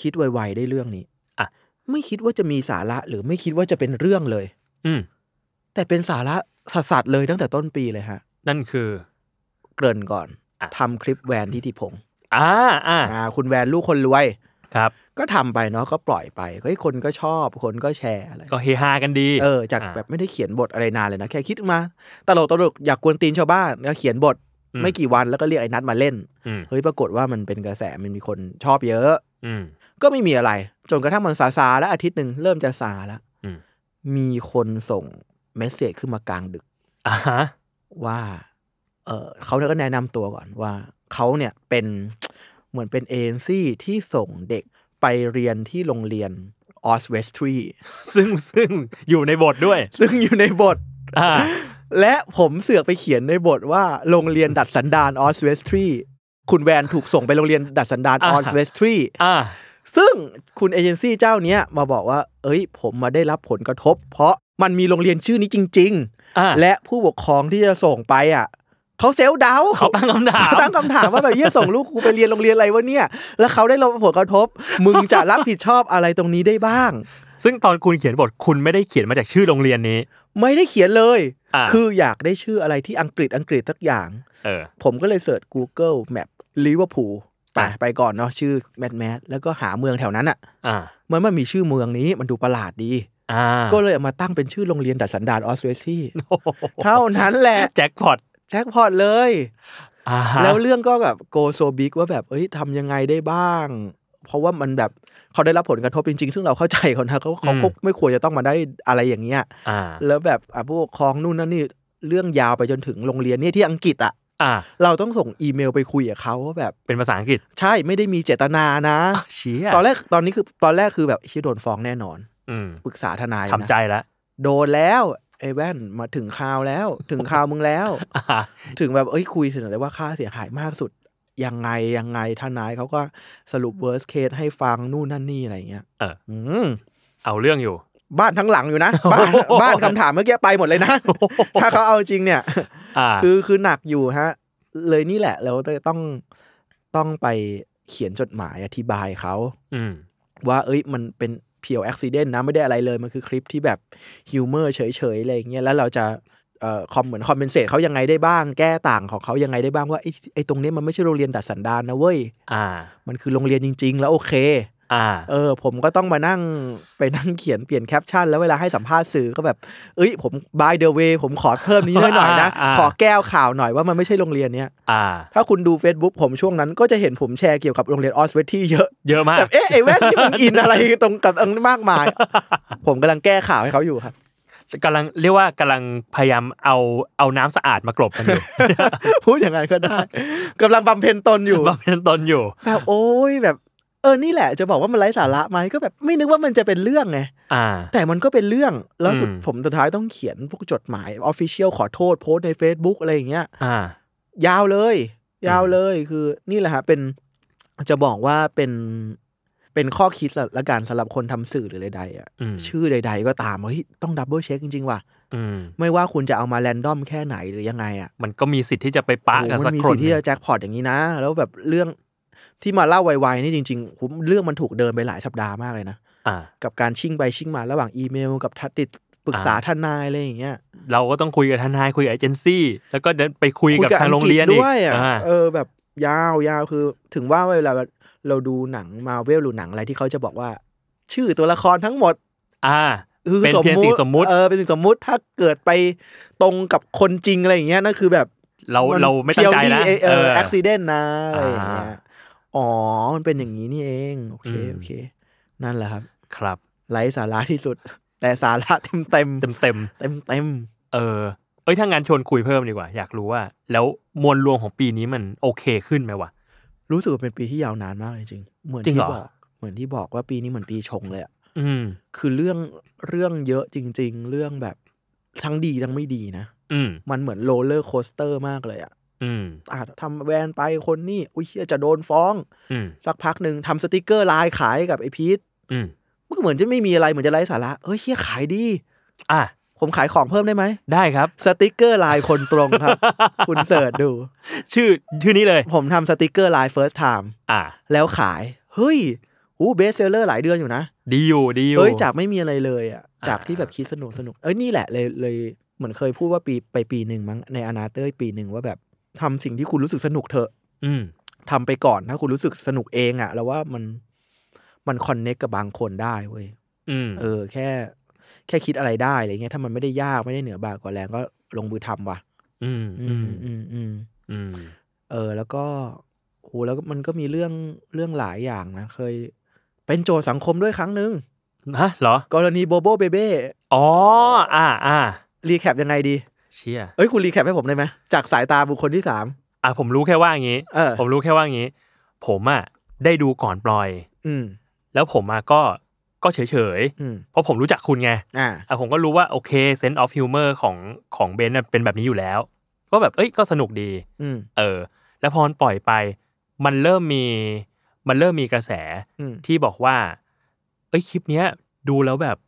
[SPEAKER 2] คิดไวๆได้เรื่องนี้
[SPEAKER 1] อ่ะ
[SPEAKER 2] ไม่คิดว่าจะมีสาระหรือไม่คิดว่าจะเป็นเรื่องเลย
[SPEAKER 1] อืม
[SPEAKER 2] แต่เป็นสาระสัสๆเลยตั้งแต่ต้นปีเลยฮะ
[SPEAKER 1] นั่นคือ
[SPEAKER 2] เกริ่นก่อน
[SPEAKER 1] อ่ะ
[SPEAKER 2] ทำคลิปแวนที่ทิพงศ์
[SPEAKER 1] อ่าอ่า
[SPEAKER 2] อ่า คุณแวนลูกคนรวย
[SPEAKER 1] ครับ
[SPEAKER 2] ก็ทำไปเนาะก็ปล่อยไปก็เฮ้ยคนก็ชอบคนก็แชร์อะไร
[SPEAKER 1] ก็เฮฮากันดี
[SPEAKER 2] เออจาก
[SPEAKER 1] อ่า
[SPEAKER 2] แบบไม่ได้เขียนบทอะไรนานเลยนะ แค่คิดมาตลกตลกอยากกวนตีนชาวบ้านแล้วเขียนบท
[SPEAKER 1] อืม
[SPEAKER 2] ไม่กี่วันแล้วก็เรียกไอ้นัดมาเล่น
[SPEAKER 1] อืม
[SPEAKER 2] เฮ้ยปรากฏว่ามันเป็นกระแสมันมีคนชอบเยอะ
[SPEAKER 1] อืม
[SPEAKER 2] ก็ไม่มีอะไร จนกระทั่งมันซาซาๆแล้วอาทิตย์หนึ่งเริ่มจะซาแล้ว
[SPEAKER 1] อืม
[SPEAKER 2] มีคนส่งเมสเซจขึ้นมากลางดึก
[SPEAKER 1] อ่าฮะ
[SPEAKER 2] ว่า เออเขาก็แนะนำตัวก่อนว่าเขาเนี่ยเป็น เหมือนเป็นเอเจนซี่ที่ส่งเด็กไปเรียนที่โรงเรียนออสเวสทรี
[SPEAKER 1] ซึ่งซึ่งอยู่ในบทด้วย
[SPEAKER 2] ซึ่งอยู่ในบท
[SPEAKER 1] อ่า
[SPEAKER 2] และผมเสือกไปเขียนในบทว่าโรงเรียนดัดสันดานออสเวสทรีคุณแวนถูกส่งไปโรงเรียนดัดสันดาน
[SPEAKER 1] อ่า
[SPEAKER 2] ออสเวสทรี
[SPEAKER 1] อ่า
[SPEAKER 2] ซึ่งคุณเอเจนซี่เจ้าเนี้ยมาบอกว่า เอ้ย ผมมาได้รับผลกระทบ เพราะมันมีโรงเรียนชื่อนี้จริง
[SPEAKER 1] อ่า
[SPEAKER 2] ๆ และผู้ปกครองที่จะส่งไปอ่ะเขาเซลล์ดาวน์
[SPEAKER 1] เขาตั้งคำถาม
[SPEAKER 2] เขตั้งคำถามว่าแบบเยี่ยส่งลูกกูไปเรียนโรงเรียนอะไรวะเนี่ย แล้วเขาได้รับผลกระทบ มึงจะรับผิดชอบอะไรตรงนี้ได้บ้าง
[SPEAKER 1] ซึ่งตอนคุณเขียนบทคุณไม่ได้เขียนมาจากชื่อโรงเรียนนี้
[SPEAKER 2] ไม่ได้เขียนเลย
[SPEAKER 1] อ่า
[SPEAKER 2] คืออยากได้ชื่ออะไรที่อังกฤษอังกฤษสักอย่าง
[SPEAKER 1] เออ
[SPEAKER 2] ผมก็เลยเสิร์ช Google Map ลิเวอร์พูลไป
[SPEAKER 1] อ่ะ
[SPEAKER 2] ไปก่อนเนาะชื่อแมทแมทแล้วก็หาเมืองแถวนั้นอะ่ะ
[SPEAKER 1] อ่า
[SPEAKER 2] มันมันมีชื่อเมืองนี้มันดูประหลาดดี
[SPEAKER 1] อ่า
[SPEAKER 2] ก็เลยเอามาตั้งเป็นชื่อโรงเรียนดัดสันดานออสเวสซี่
[SPEAKER 1] โอ้โห
[SPEAKER 2] เท่านั้นแหละ
[SPEAKER 1] แจ็คพอต
[SPEAKER 2] แจ็คพอตเลย
[SPEAKER 1] อ่าฮะ
[SPEAKER 2] แล้วเรื่องก็แบบโกโซบิกว่าแบบเอ้ยทำยังไงได้บ้าง เพราะว่ามันแบบเขาได้รับผลกระทบจริงๆ ซึ่งเราเข้าใจเขานะเขาเขาก็ไม่ควรจะต้องมาได้อะไรอย่างเงี้ย
[SPEAKER 1] อ่า
[SPEAKER 2] แล้วแบบอ่ะผู้ปกครองนู่นนั่นนี่เรื่องยาวไปจนถึงโรงเรียนเนี่ยที่อังกฤษอ่ะ
[SPEAKER 1] อ่า
[SPEAKER 2] เราต้องส่งอีเมลไปคุยกับเขาว่าแบบ
[SPEAKER 1] เป็นภาษาอังกฤษ
[SPEAKER 2] ใช่ไม่ได้มีเจตนานะ
[SPEAKER 1] เชี่ย
[SPEAKER 2] ตอนแรกตอนนี้คือตอนแรกคือแบบชิโดนฟ้องแน่นอน
[SPEAKER 1] อืม
[SPEAKER 2] ปรึกษาทนายนะ
[SPEAKER 1] ทำใจแล้ว
[SPEAKER 2] โดนแล้วไอ้แว่นมาถึงคราวแล้ว ถึงคราวมึงแล้ว
[SPEAKER 1] อ่า
[SPEAKER 2] ถึงแบบเอ้ยคุยถึงเลยว่าค่าเสียหายมากสุด ยังไงยังไงทนายเขาก็สรุป worst case ให้ฟังนู่นนั่นนี่อะไรเงี้ย
[SPEAKER 1] เออ
[SPEAKER 2] ม
[SPEAKER 1] เอาเรื่องอยู่
[SPEAKER 2] บ้านทั้งหลังอยู่นะ บ้านบ้านคำถามเมื่อกี้ไปหมดเลยนะ ถ้าเขาเอาจริงเนี่ย
[SPEAKER 1] อ่า
[SPEAKER 2] คือคือหนักอยู่ฮะ เลยนี่แหละเราต้องต้องไปเขียนจดหมายอธิบายเขา
[SPEAKER 1] อืม
[SPEAKER 2] ว่าเอ้ยมันเป็นเพียวอุบิเหตุนะไม่ได้อะไรเลย มันคือคลิปที่แบบฮิวเมอร์เฉยๆอะไรอย่างเงี้ยแล้วเราจะเอ่อคอมเหมือนคอมเพนเซตเขายังไงได้บ้าง แก้ต่างของเขายังไงได้บ้างว่าไอ้ไอ้ตรงเนี้ยมันไม่ใช่โรงเรียนดัดสันดานนะเว้ย
[SPEAKER 1] อ่า
[SPEAKER 2] มันคือโรงเรียนจริง ๆ แล้วโอเค
[SPEAKER 1] อ่า
[SPEAKER 2] เออ ผมก็ต้องมานั่ง ไปนั่งเขียนเปลี่ยนแคปชั่น แล้วเวลาให้สัมภาษณ์สื่อก็แบบ เอ้ย ผม by the way ผมขอเพิ่มนี้หน่อยๆนะ
[SPEAKER 1] อ่าอ่า
[SPEAKER 2] ขอแก้วข่าวหน่อยว่ามันไม่ใช่โรงเรียนเนี้ย
[SPEAKER 1] อ่า
[SPEAKER 2] ถ้าคุณดู Facebook ผมช่วงนั้นก็จะเห็นผมแชร์เกี่ยวกับโรงเรียนออสเวที่เยอะ
[SPEAKER 1] เยอะมาก
[SPEAKER 2] แบบเอ๊ะไอ้แว่นที่มึงอินอะไรตรงกับอันมาก มาย ผมกำลังแก้ข่าวให้เขาอยู่ครับ
[SPEAKER 1] กำลังเรียกว่ากำลังพยายามเอาเอาน้ำสะอาดมากรบมันอยู่
[SPEAKER 2] พูดอย่างนั้นก็ได้กำลังบำเพ็ญตน อยู่
[SPEAKER 1] บำเพ็ญตนอยู่
[SPEAKER 2] แบบโอ้ยแบบ เออนี่แหละ จะบอกว่ามันไร้สาระไหมก็แบบไม่นึกว่ามันจะเป็นเรื่องไง
[SPEAKER 1] อ่า
[SPEAKER 2] แต่มันก็เป็นเรื่องแล้วสุด
[SPEAKER 1] อืม
[SPEAKER 2] ผมสุดท้ายต้องเขียนพวกจดหมายออฟฟิเชียลขอโทษโพสต์ใน Facebook อะไรอย่างเงี้ย
[SPEAKER 1] อ่า
[SPEAKER 2] ยาวเลย ยาวเลยคือนี่แหละฮะเป็นจะบอกว่าเป็นเป็นข้อคิดละละกันสำหรับคนทำสื่อหรือใดๆอ่ะ
[SPEAKER 1] อืม
[SPEAKER 2] ชื่อใด ๆ ก็ตามเฮ้ยต้องดับเบิลเช็คจริงๆว่ะ
[SPEAKER 1] อืม
[SPEAKER 2] ไม่ว่าคุณจะเอามาแรนดอมแค่ไหนหรือยังไงอ่ะ
[SPEAKER 1] มันก็มีสิทธิ์ที่จะไปปะ
[SPEAKER 2] โอ้
[SPEAKER 1] กับ
[SPEAKER 2] โหมั
[SPEAKER 1] สัก
[SPEAKER 2] มี
[SPEAKER 1] คน
[SPEAKER 2] สิทธิ์ที่จะแจ็คพอตอย่างนี้นะ แล้วแบบเรื่อง ที่มาเล่าไวๆนี่จริงๆผมเรื่องมันถูกเดินไปหลายสัปดาห์มากเลยนะ
[SPEAKER 1] อ่า
[SPEAKER 2] กับการชิ่งไปชิ่งมาระหว่างอีเมล กับทัดติดปรึกษาทนายอะไรอย่างเงี้ย
[SPEAKER 1] เราก็ต้องคุยกับทนายคุยกับเอเจนซี่แล้วก็เดินไปคุยกับทางโรงเรียน
[SPEAKER 2] คุ
[SPEAKER 1] อีก
[SPEAKER 2] ด้วยอ่ะ
[SPEAKER 1] อ่า
[SPEAKER 2] เออแบบยาวยาวคือ ถึงว่าเวลาเราดูหนังมาเวลหรือหนังอะไรที่เขาจะบอกว่า ชื่อตัวละครทั้งหมด
[SPEAKER 1] อ่า
[SPEAKER 2] คือ
[SPEAKER 1] เป็น
[SPEAKER 2] สม
[SPEAKER 1] เพียง
[SPEAKER 2] ม
[SPEAKER 1] สิ่ง
[SPEAKER 2] ติ
[SPEAKER 1] สมมุติ
[SPEAKER 2] เออเป็นสิ่งสมมุติถ้าเกิดไปตรงกับคนจริงอะไรอย่างเงี้ยนั่นคือแบบ
[SPEAKER 1] เรา
[SPEAKER 2] น
[SPEAKER 1] เราไม่ตั้งใจนะ
[SPEAKER 2] เพียวดี
[SPEAKER 1] เอ
[SPEAKER 2] เอเออ
[SPEAKER 1] อ
[SPEAKER 2] แอักซิเดนนะอะไรอย่างเงี้
[SPEAKER 1] อ่าย
[SPEAKER 2] อ๋อ มันเป็นอย่างนี้นี่เองโอเค
[SPEAKER 1] อืม
[SPEAKER 2] โอเค นั่นแหละครับ
[SPEAKER 1] ครับ
[SPEAKER 2] ไร้สาระที่สุด แต่สาระเต็มเต็ม
[SPEAKER 1] เต็มเต็ม
[SPEAKER 2] เต็มเต็ม
[SPEAKER 1] ๆเออ เอ้ยถ้างานชวนคุยเพิ่มดีกว่า อยากรู้ว่า แล้วมวลรวมของปีนี้มันโอเคขึ้นไหมวะ
[SPEAKER 2] ๆรู้สึกว่าเป็นปีที่ยาวนานมากเลยจริงเหมือน
[SPEAKER 1] จริง
[SPEAKER 2] ที่
[SPEAKER 1] เหรอ
[SPEAKER 2] บอกเหมือนที่บอกว่าปีนี้เหมือนปีชงเลยอะ
[SPEAKER 1] อืม
[SPEAKER 2] คือเรื่องเรื่องเยอะจริง ๆ เรื่องแบบทั้งดีทั้งไม่ดีนะ
[SPEAKER 1] อืม
[SPEAKER 2] มันเหมือนโรลเลอร์โคสเตอร์มากเลยอะ
[SPEAKER 1] อืม
[SPEAKER 2] อาจทำแวนไปคนนี่อุ้ยเหี้ยจะโดนฟ้อง
[SPEAKER 1] อืม
[SPEAKER 2] สักพักหนึ่งทำสติกเกอร์ลายขายกับไอพีท
[SPEAKER 1] อืม
[SPEAKER 2] มันก็เหมือนจะไม่มีอะไรเหมือนจะไร้สาระเอ้ยเฮียขายดี
[SPEAKER 1] อ่ะ
[SPEAKER 2] ผมขายของเพิ่มได้ไหม
[SPEAKER 1] ได้ครับ
[SPEAKER 2] สติกเกอร์ลายคนตรงครับ คุณเสิร์ชดู
[SPEAKER 1] ชื่อชื่อนี้เลย
[SPEAKER 2] ผมทำสติกเกอร์ลาย first time
[SPEAKER 1] อ่ะ
[SPEAKER 2] แล้วขาย เฮ้ยอู้เบสเซลเลอร์หลายเดือนอยู่นะ
[SPEAKER 1] ดีอยู่ดีอยู่
[SPEAKER 2] เอ้ยจากไม่มีอะไรเลยอ่ะจากที่แบบ
[SPEAKER 1] อ่า
[SPEAKER 2] คิดสนุกสนุกเอ้ยนี่แหละเลยเลยเหมือนเคยพูดว่าปีไปปีหนึ่งมั้งในอนาเตอร์ปีหนึ่งว่าแบบทำสิ่งที่คุณรู้สึกสนุกเถอะ
[SPEAKER 1] อืม
[SPEAKER 2] ทำไปก่อนถ้าคุณรู้สึกสนุกเองอะแล้วว่ามันมันคอนเน c กกับบางคนได้เว้ย
[SPEAKER 1] อืม
[SPEAKER 2] เออ แค่ แค่คิดอะไรได้อะไรเงี้ยถ้ามันไม่ได้ยากไม่ได้เหนือบ่ากว่าแรงก็ลงมือทำว่ะ
[SPEAKER 1] อืมอื
[SPEAKER 2] อืม
[SPEAKER 1] ม
[SPEAKER 2] อืมอืม
[SPEAKER 1] อืม
[SPEAKER 2] เออ แล้วก็โอ้แล้วก็มันก็มีเรื่องเรื่องหลายอย่างนะ เคย เป็นโจทย์สังคมด้วยครั้งหนึ่ง
[SPEAKER 1] ฮะเหรอ
[SPEAKER 2] กรณีโบโบเบเบ้
[SPEAKER 1] อ๋อ อ่ะอ่ะ
[SPEAKER 2] รีแคปยังไงดี
[SPEAKER 1] เชี่ย
[SPEAKER 2] เอ้ยคุณรีแคปให้ผมได้ไหมจากสายตาบุคคลที่สาม
[SPEAKER 1] อ่ะผมรู้แค่ว่าอย่างนี้
[SPEAKER 2] เออ
[SPEAKER 1] ผมรู้แค่ว่าอย่างนี้ ผมอ่ะได้ดูก่อนปล่อย
[SPEAKER 2] อืม
[SPEAKER 1] แล้วผมอ่ะก็ก็เฉย
[SPEAKER 2] อืม
[SPEAKER 1] ๆ เพราะผมรู้จักคุณไง
[SPEAKER 2] อ่า
[SPEAKER 1] อ่ะผมก็รู้ว่าโอเคเซนส์ออฟฮิวเมอร์ของของเบนซ์น่ะเป็นแบบนี้อยู่แล้วว่าแบบเอ้ยก็สนุกดี
[SPEAKER 2] อืม
[SPEAKER 1] เออ แล้วพอมันปล่อยไป มันเริ่มมีมันเริ่มมีกระแส
[SPEAKER 2] อืม
[SPEAKER 1] ที่บอกว่า เอ้ยคลิปเนี้ยดูแล้วแบบ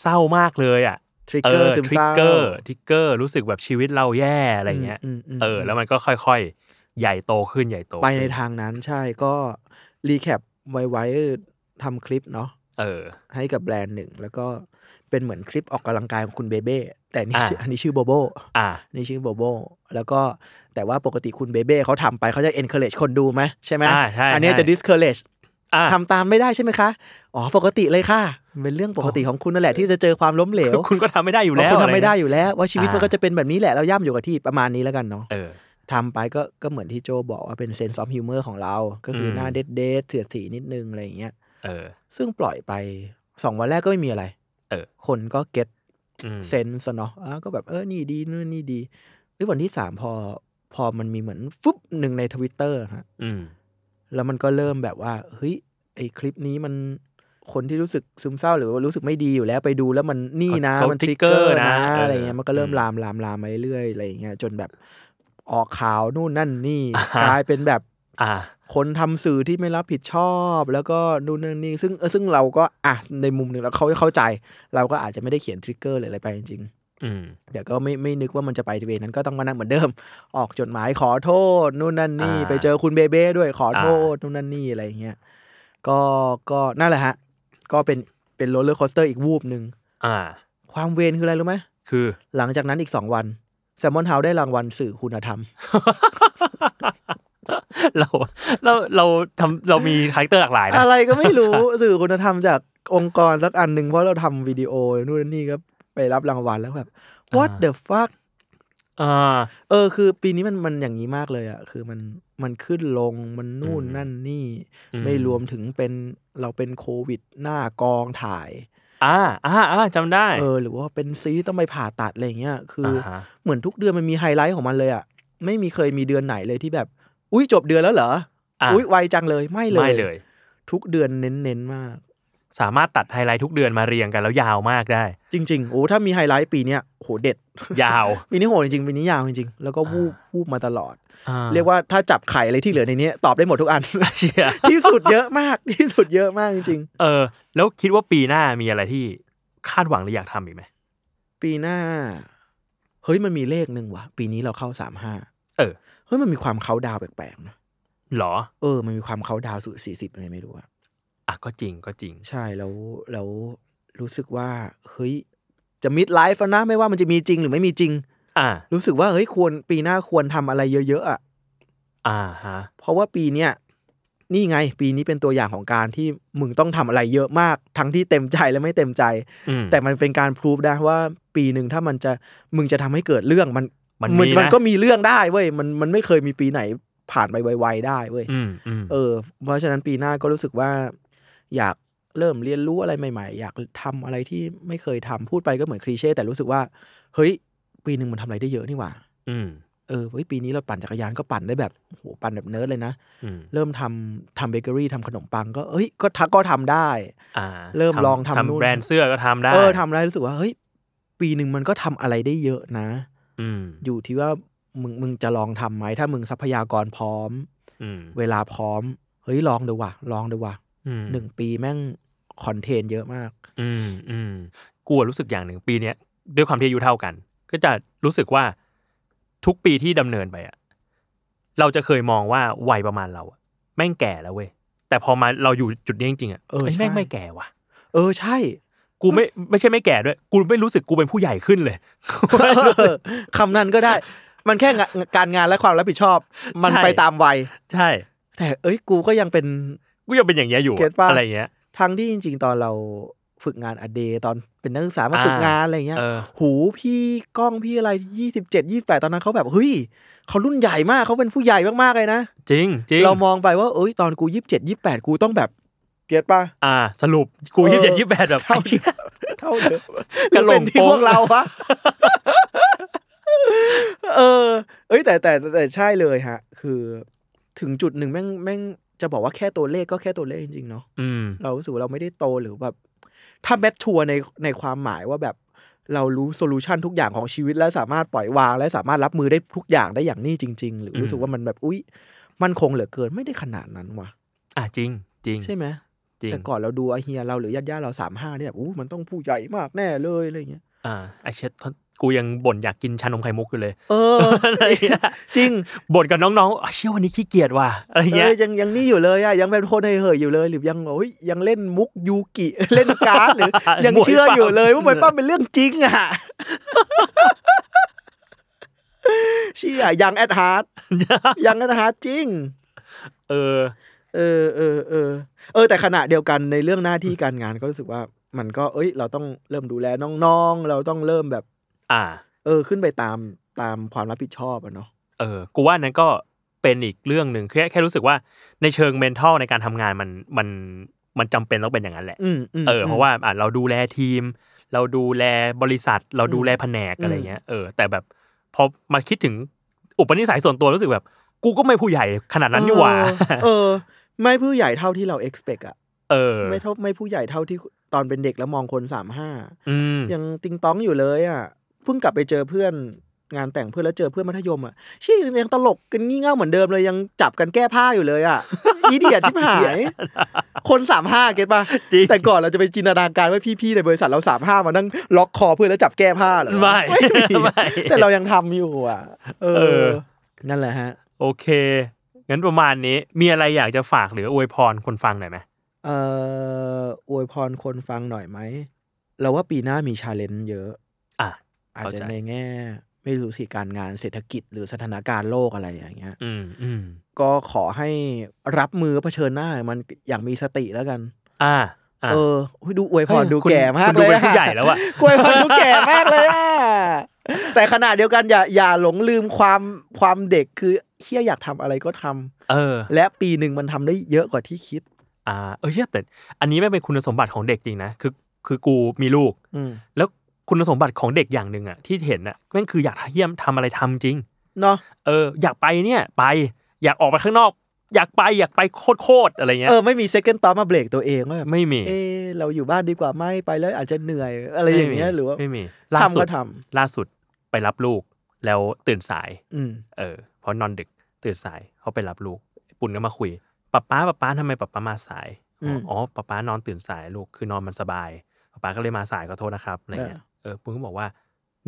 [SPEAKER 1] เศร้ามากเลยอ่ะ
[SPEAKER 2] ทริกเกอร์ซึม
[SPEAKER 1] ทริก
[SPEAKER 2] เศร้า
[SPEAKER 1] เกอร์ทริกเกอร์รู้สึกแบบชีวิตเราแย่อะไรเงี้ย
[SPEAKER 2] มมม
[SPEAKER 1] เออ แล้วมันก็ค่อยๆ ใหญ่โตขึ้นใหญ่โต
[SPEAKER 2] ไป
[SPEAKER 1] ขึ้
[SPEAKER 2] ในทางนั้นใช่ก็รีแคปไว้ไว้ทำคลิปเนาะ
[SPEAKER 1] เออ
[SPEAKER 2] ให้กับแบรนด์หนึ่ง แล้วก็เป็นเหมือนคลิปออกกำลังกายของคุณเบเบ้แต่นี่
[SPEAKER 1] อ่า
[SPEAKER 2] ชื่ออันนี้ชื่อโบโบ
[SPEAKER 1] อ่ะ
[SPEAKER 2] นี่ชื่อโบโบแล้วก็แต่ว่าปกติคุณเบเบ้เขาทำไปเขาจะ encourage คนดูไหมใช่ไหม
[SPEAKER 1] อ่าใช่
[SPEAKER 2] อันเนี้ย
[SPEAKER 1] ใช่
[SPEAKER 2] จะ discourage
[SPEAKER 1] อ่ะ
[SPEAKER 2] ทำตามไม่ได้ใช่ไหมคะ อ๋อปกติเลยค่ะ เป็นเรื่องปกติของคุณนั่นแหละที่จะเจอความล้มเหลว
[SPEAKER 1] คุณก็ทำไม่ได้อยู่
[SPEAKER 2] เพ
[SPEAKER 1] แล้
[SPEAKER 2] ราะคุณทำ
[SPEAKER 1] วะร
[SPEAKER 2] ไม่
[SPEAKER 1] เงี้ย
[SPEAKER 2] ได้อยู่แล้ว ว่าชีวิตมัน
[SPEAKER 1] อ่า
[SPEAKER 2] ก็จะเป็นแบบนี้แหละเราย่ำอยู่กับที่ประมาณนี้แล้วกันเนาะ
[SPEAKER 1] เออ
[SPEAKER 2] ทำไปก็ก็เหมือนที่โจบอกว่าเป็นเซนส์ออฟฮิวเมอร์ของเรา ก็คือ
[SPEAKER 1] ม
[SPEAKER 2] หน้าเด็ดเดเสียดสีนิดนึง อะไรอย่างเงี้ย
[SPEAKER 1] เออ
[SPEAKER 2] ซึ่งปล่อยไปสองวันแรกก็ไม่มีอะไร
[SPEAKER 1] เออ
[SPEAKER 2] คนก็เก็ต
[SPEAKER 1] อืม
[SPEAKER 2] เซนส์เนาะอ่ะก็แบบเออ นี่ดีนู่นนี่ดีเอ้ยวันที่สามพอพอมันมีเหมือนฟึบหนึ่งในทวิตเตอร์ฮะ
[SPEAKER 1] อืม
[SPEAKER 2] แล้วมันก็เริ่มแบบว่า เฮ้ย ไอคลิปนี้มันคนที่รู้สึกซึมเศร้าหรือว่ารู้สึกไม่ดีอยู่แล้วไปดูแล้วมันนี่นะ
[SPEAKER 1] เขาเขามั
[SPEAKER 2] มันทริกเกอร์
[SPEAKER 1] trigger นะ
[SPEAKER 2] นะ
[SPEAKER 1] เอออ
[SPEAKER 2] อะไรเงี้ยมันก็เริ่ม
[SPEAKER 1] อืม
[SPEAKER 2] ลามลามลามมาเรื่อยๆอะไรอย่างเงี้ยจนแบบออกข่าวนู่นนั่นนี่กลายเป็นแบบ
[SPEAKER 1] อ่ะ
[SPEAKER 2] คนทำสื่อที่ไม่รับผิดชอบ แล้วก็นู่นนั่นนี่ซึ่งเออซึ่งเราก็อ่ะในมุมหนึ่งเราเขาเข้าใจ เราก็อาจจะไม่ได้เขียนทริกเกอร์หรืออะไรไปจริง
[SPEAKER 1] อืม
[SPEAKER 2] ๆเดี๋ยวก็ไม่ไม่นึกว่ามันจะไปเวนั้นก็ต้องมานั่งเหมือนเดิม ออกจดหมายขอโทษนู่นนั่นนี่
[SPEAKER 1] อ่า
[SPEAKER 2] ไปเจอคุณเบเบ้ด้วยขอโทษ
[SPEAKER 1] อ่า
[SPEAKER 2] นู่นนั่นนี่อะไรอย่างเงี้ยก็ก็นั่นแหละฮะ ก็เป็นเป็นโรลเลอร์คอสเตอร์อีกวูบหนึ่ง
[SPEAKER 1] อ่ะ
[SPEAKER 2] ความเวรคืออะไรรู้ไหม
[SPEAKER 1] คือ
[SPEAKER 2] หลังจากนั้นอีกสองวันแซมมอนเฮาได้รางวัลสื่อคุณธรรม
[SPEAKER 1] เราเราเราทำเรามีคาแรคเตอร์หลากหลายนะ
[SPEAKER 2] อะไรก็ไม่ รู้ สื่อคุณธรรมจากองค์กรสักอันหนึ่งเพราะเราทำวิดีโอนู่นนี่ก็ไปรับรางวัลแล้วแบบ what the fuck
[SPEAKER 1] อ่า
[SPEAKER 2] เออคือปีนี้มันมันอย่างนี้มากเลยอะคือมันมันขึ้นลงมันนู่น
[SPEAKER 1] อืม
[SPEAKER 2] นั่นนี่
[SPEAKER 1] อืม
[SPEAKER 2] ไม่รวมถึงเป็นเราเป็นโควิดหน้ากองถ่าย
[SPEAKER 1] อ่าอ่าอ่าจำได้
[SPEAKER 2] เออ หรือว่าเป็นซีรีส์ต้องไปผ่าตัดอะไรอย่างเงี้ยคืออา
[SPEAKER 1] ฮะ
[SPEAKER 2] เหมือนทุกเดือนมันมีไฮไลท์ของมันเลยอะไม่มีเคยมีเดือนไหนเลยที่แบบ อุ้ยจบเดือนแล้วเหรอ
[SPEAKER 1] อะ
[SPEAKER 2] อุ้ยไวจังเลยไม่เลย
[SPEAKER 1] ไม่เลย
[SPEAKER 2] ทุกเดือนเน้นๆมาก
[SPEAKER 1] สามารถตัดไฮไลท์ทุกเดือนมาเรียงกันแล้วยาวมากได้
[SPEAKER 2] จริงๆ โอ้ ถ้ามีไฮไลท์ปีเนี้ยโห เด็ด
[SPEAKER 1] ยาว
[SPEAKER 2] ปีนี้โหดจริงๆ ปีนี้ยาวจริงๆ แล้วก็วูบวูบมาตลอด
[SPEAKER 1] อ่
[SPEAKER 2] เรียกว่าถ้าจับไข่อะไรที่เหลือในนี้ ตอบได้หมดทุกอัน
[SPEAKER 1] เชี่ย
[SPEAKER 2] ที่สุดเยอะมาก ที่สุดเยอะมากจริง
[SPEAKER 1] เออ แล้วคิดว่าปีหน้ามีอะไรที่คาดหวังหรืออยากทำอีกไหม
[SPEAKER 2] ๆ ปีหน้า เฮ้ย มันมีเลขหนึ่งว่ะ ปีนี้เราเข้าสามห้า
[SPEAKER 1] เออ
[SPEAKER 2] เฮ้ย มันมีความเขาน์ดาวน์แปลกๆนะ
[SPEAKER 1] หรอ
[SPEAKER 2] เออ มันมีความเขาดาวสู่สี่สิบยังไงไม่รู้อะ
[SPEAKER 1] อ่ะก็จริงก็จริง
[SPEAKER 2] ใช่แล้วแล้วรู้สึกว่าเฮ้ยจะมิดไลฟ์นะไม่ว่ามันจะมีจริงหรือไม่มีจริง
[SPEAKER 1] อ่า
[SPEAKER 2] รู้สึกว่าเฮ้ยควรปีหน้าควรทำอะไรเยอะๆอ่ะ
[SPEAKER 1] อ่าฮะ
[SPEAKER 2] เพราะว่าปีเนี้ยนี่ไง ปีนี้เป็นตัวอย่างของการที่มึงต้องทำอะไรเยอะมาก ทั้งที่เต็มใจและไม่เต็มใจ
[SPEAKER 1] อืม
[SPEAKER 2] แต่มันเป็นการพรูฟนะว่าปีหนึ่งถ้ามันจะมึงจะทำให้เกิดเรื่องมัน
[SPEAKER 1] มัน
[SPEAKER 2] มั
[SPEAKER 1] มี
[SPEAKER 2] มัน
[SPEAKER 1] นะ
[SPEAKER 2] ก็มีเรื่องได้เว้ยมันมันไม่เคยมีปีไหนผ่านไปไวๆได้เว้ย
[SPEAKER 1] อืมอืม
[SPEAKER 2] เออเพราะฉะนั้นปีหน้าก็รู้สึกว่า อยากเริ่มเรียนรู้อะไรใหม่ ๆ อยากทำอะไรที่ไม่เคยทำพูดไปก็เหมือนคลีเช่แต่รู้สึกว่าเฮ้ย ปีหนึ่งมันทำอะไรได้เยอะนี่หว่า
[SPEAKER 1] อืม
[SPEAKER 2] เออเฮ้ยปีนี้เราปั่นจักรยานก็ปั่นได้แบบโอ้โหปั่นแบบเนิร์ดเลยนะ
[SPEAKER 1] อืม
[SPEAKER 2] เริ่มทำทำเบเกอรี่ทำขนมปังก็เฮ้ยก็ทักก็ทำได้
[SPEAKER 1] อ่า
[SPEAKER 2] เริ่มลองทำนู่น
[SPEAKER 1] แบรนด์เสื้อก็ทำได้
[SPEAKER 2] เออทำได้รู้สึกว่าเฮ้ยปีหนึ่งมันก็ทำอะไรได้เยอะนะ
[SPEAKER 1] อืม
[SPEAKER 2] อยู่ที่ว่ามึงมึงจะลองทำไหมถ้ามึงทรัพยากรพร้อม
[SPEAKER 1] อืม
[SPEAKER 2] เวลาพร้อมเฮ้ยลองดูว่ะลองดูว่ะ
[SPEAKER 1] อืม
[SPEAKER 2] หนึ่งปีแม่งคอนเทนเยอะมาก
[SPEAKER 1] อืมอืมกูอะรู้สึกอย่างหนึ่งปีเนี้ยด้วยความที่อายุเท่ากัน ก็จะรู้สึกว่าทุกปีที่ดำเนินไปอะเราจะเคยมองว่าวัยประมาณเราอะแม่งแก่แล้วเว้ยแต่พอมาเราอยู่จุดนี้จริงๆอะ
[SPEAKER 2] เออ
[SPEAKER 1] เอ้ย
[SPEAKER 2] ใช่
[SPEAKER 1] แม่งไม่แก่ว่ะ
[SPEAKER 2] เออใช่
[SPEAKER 1] กูไม่ไม่ใช่ไม่แก่ด้วย กูไม่รู้สึกกูเป็นผู้ใหญ่ขึ้น เลย
[SPEAKER 2] คำนั้นก็ได้ มันแค่งะการงานและความรับผิดชอบ มัน
[SPEAKER 1] ใช่
[SPEAKER 2] ไปตามวัย
[SPEAKER 1] ใช่
[SPEAKER 2] แต่เอ้ยกูก็ยังเป็น
[SPEAKER 1] กูยังเป็นอย่างเงี้ยอยู่
[SPEAKER 2] เก็ตปะ
[SPEAKER 1] อะไรอย่างเงี้ย
[SPEAKER 2] ทางที่จริง ๆ ตอนเราฝึกงานอเดตอนเป็นนักศึกษามา
[SPEAKER 1] อ่า
[SPEAKER 2] ฝึกงานอะไรเงี้ย
[SPEAKER 1] เออ
[SPEAKER 2] หูพี่ก้องพี่อะไรยี่สิบเจ็ดยี่แปดตอนนั้นเขาแบบเฮ้ยเขารุ่นใหญ่มากเขาเป็นผู้ใหญ่มากๆเลยนะ
[SPEAKER 1] จริงจริง
[SPEAKER 2] เรามองไปว่าเอ้ยตอนกูยี่สิบเจ็ดยี่แปดกูต้องแบบเก็ตปะ
[SPEAKER 1] อ่า สรุปกู
[SPEAKER 2] เออ
[SPEAKER 1] ยี่สิบเจ็ดยี่สิบแปดแบบ
[SPEAKER 2] เท่าเดิมเท่าเดิม
[SPEAKER 1] กระโหลก
[SPEAKER 2] เป็นที่
[SPEAKER 1] โป๊ะ
[SPEAKER 2] พวกเราปะเออ เอ้ยแต่แต่แต่ใช่เลยฮะ คือถึงจุดหนึ่งแม่งแม่งจะบอกว่าแค่ตัวเลขก็แค่ตัวเลขจริงๆเนาะ
[SPEAKER 1] อืม
[SPEAKER 2] เรารู้สึกว่าเราไม่ได้โตหรือแบบ ถ้าแมทชัวในในความหมายว่าแบบ เรารู้โซลูชันทุกอย่างของชีวิตและสามารถปล่อยวาง และสามารถรับมือได้ทุกอย่างได้อย่างนี่จริง ๆ หรือรู้สึกว่ามันแบบอุ๊ย มันคงเหลือเกินไม่ได้ขนาดนั้นว่ะ
[SPEAKER 1] อ่าจริงจริง
[SPEAKER 2] ใช่ไหม
[SPEAKER 1] จริง
[SPEAKER 2] แต่ก่อนเราดูอาเฮียเราหรือญาติญาติๆเราสามห้าเนี่ยแบบอู้มันต้องผู้ใหญ่มากแน่เลยอะไร เงี้ย
[SPEAKER 1] อ่าไอเชดกูยังบ่นอยากกินชานมไข่มุกอยู่เลย
[SPEAKER 2] เออ
[SPEAKER 1] อะไรอย่างเงี้ย
[SPEAKER 2] จริง
[SPEAKER 1] บ่นกับน้องๆอ่ะเชี่ยวันนี้ขี้เกียจว่ะอะไรอย่าง
[SPEAKER 2] เอ
[SPEAKER 1] เงี้ย
[SPEAKER 2] อยังยังนี่อยู่เลยอะยังเป็นคนเหยๆอยู่เลย หรือยังโอ้ยยังเล่นมุกยูกิ เล่นการ์ดหรือ ยังเชื่ออยู่เลยว่ามวยปั้มเป็นเรื่องจริงอะ เชี่ยยังแอดฮา ร์ดยังแอดฮาร์ดจริง
[SPEAKER 1] เออ
[SPEAKER 2] เออเออเออเออแต่ขณะเดียวกันในเรื่องหน้าที่การงานก็รู้สึกว่า มันก็เอ้ย เราต้องเริ่มดูแลน้องๆ เราต้องเริ่มแบบ
[SPEAKER 1] อ่า
[SPEAKER 2] เออขึ้นไปตามตามความรับผิดชอบอะเนาะ
[SPEAKER 1] เออ กูว่านั้นก็เป็นอีกเรื่องหนึ่งแค่แค่รู้สึกว่าในเชิง mental ในการทำงานมันมันมันจำเป็นต้องเป็นอย่างนั้นแหละ
[SPEAKER 2] อืมม
[SPEAKER 1] เออเพราะ
[SPEAKER 2] ม
[SPEAKER 1] ว่าอ่ะเราดูแลทีม เราดูแลบริษัท เราดูแลแผนก
[SPEAKER 2] อืม
[SPEAKER 1] อะไรเงี้ยเออแต่แบบพอมาคิดถึงอุปนิสัยส่วนตัวรู้สึกแบบ กูก็ไม่ผู้ใหญ่ขนาดนั้นนี่หว่า
[SPEAKER 2] เออเออ ไม่ผู้ใหญ่เท่าที่เรา expect อะ
[SPEAKER 1] เออ
[SPEAKER 2] ไม่เท่าไม่ผู้ใหญ่เท่าที่ตอนเป็นเด็กแล้วมองคนสามห้า
[SPEAKER 1] อืม
[SPEAKER 2] ยังติงต้องอยู่เลยอะเพิ่งกลับไปเจอเพื่อนงานแต่งเพื่อนแล้วเจอเพื่อนมัธยมอะชี่ยังตลกกันงี่เง่าเหมือนเดิมเลยยังจับกันแก้ผ้าอยู่เลย อะ อีเดียชิบหาย คนสามห้าเก็ตปะ
[SPEAKER 1] จริง
[SPEAKER 2] แต่ก่อนเราจะไปจินตนาการว่าพี่ๆในบริษัทเราสามห้ามานั่งล็อกคอเพื่อนแล้วจับแก้ผ้าเหรอวะ
[SPEAKER 1] ไม่ ไม่
[SPEAKER 2] แต่เรายังทำอยู่อ่ะ เอ
[SPEAKER 1] เอ
[SPEAKER 2] อ
[SPEAKER 1] อ
[SPEAKER 2] นั่นแหละฮะ
[SPEAKER 1] โอเค งั้นประมาณนี้มีอะไรอยากจะฝากหรืออวยพรคนฟังหน่อยไหม
[SPEAKER 2] เอ่ออวยพรคนฟังหน่อยไหม เราว่าปีหน้ามีชาเลนจ์เยอะ
[SPEAKER 1] อ่ะ
[SPEAKER 2] อาจ
[SPEAKER 1] เข้าใจ
[SPEAKER 2] จะในแง่ ไม่รู้สิการงานเศรษฐกิจหรือสถานการณ์โลกอะไรอย่างเงี้ย
[SPEAKER 1] อืมอืม
[SPEAKER 2] ก็ขอให้รับมือเผชิญหน้ามันอย่างมีสติแล้วกัน
[SPEAKER 1] อ่าะ
[SPEAKER 2] เอออุ๊ยดูอวยพร
[SPEAKER 1] เฮ้ย
[SPEAKER 2] ดู
[SPEAKER 1] คุณ
[SPEAKER 2] แก่มา
[SPEAKER 1] คุณ
[SPEAKER 2] กเล
[SPEAKER 1] ดู
[SPEAKER 2] ย
[SPEAKER 1] เป็น
[SPEAKER 2] อะ
[SPEAKER 1] ผู้ใหญ่แล้วอะ
[SPEAKER 2] กล้วยพันธุ์แก่มากเลยอ่ะ แต่ขณะเดียวกันอย่าอย่าหลงลืมความความเด็กคือเฮียอยากทำอะไรก็ทำ
[SPEAKER 1] เออ
[SPEAKER 2] และปีหนึ่งมันทำได้เยอะกว่าที่คิด
[SPEAKER 1] อ่าเออเชี่ยแต่อันนี้ไม่งเป็นคุณสมบัติของเด็กจริงนะคือคือกูมีลูก
[SPEAKER 2] อืม
[SPEAKER 1] แล้วคุณสมบัติของเด็กอย่างหนึ่งอะที่เห็นอะแม่งคืออยากเยี่ยมทำอะไรทำจริง
[SPEAKER 2] เนาะ
[SPEAKER 1] เออ อยากไปเนี่ยไปอยากออกไปข้างนอก อยากไปอยากไปโคตรๆอะไรเงี้ย
[SPEAKER 2] เออไม่มีเซ c o n d ต o อมาเบรกตัวเองว่าแบบ
[SPEAKER 1] ไม่มี
[SPEAKER 2] เออเราอยู่บ้านดีกว่าไหมไปแล้วอาจจะเหนื่อย อะไรอย่างเงี้ย
[SPEAKER 1] ไม่มี
[SPEAKER 2] หรือว่า
[SPEAKER 1] ไม่มีล่าสุด
[SPEAKER 2] ทำก็ทำ
[SPEAKER 1] ล่าสุดไปรับลูกแล้วตื่นสาย
[SPEAKER 2] อืม
[SPEAKER 1] เออเพราะนอนดึกตื่นสายเขาไปรับลูก ปุ่นก็มาคุยป๊าป๊าป๊าป๊าทำไมป๊าป๊ามาสาย
[SPEAKER 2] อืม
[SPEAKER 1] อ๋อป๊าป๊านอนตื่นสายลูกคือนอนมันสบายป๊าป๊าก็เลยมาสายขอโทษนะครับอะไรเงี้ยเออปุ่นก็บอกว่า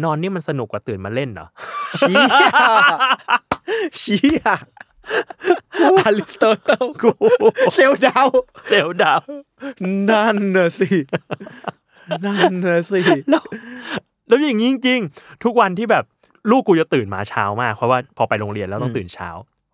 [SPEAKER 1] นอนนี่มันสนุกกว่าตื่นมาเล่นเหรอ
[SPEAKER 2] เชี้ยเชี้ย อริสโตเติลเซลลดาว
[SPEAKER 1] เซลลดาว
[SPEAKER 2] นั่นน่ะสิ นั่นน่ะสิ
[SPEAKER 1] แล้วแล้วอย่างนี้จริง ๆ ทุกวันที่แบบลูกกูจะตื่นมาเช้ามาก เพราะว่าพอไปโรงเรียนแล้วต้อง
[SPEAKER 2] อืม
[SPEAKER 1] ตื่นเช้า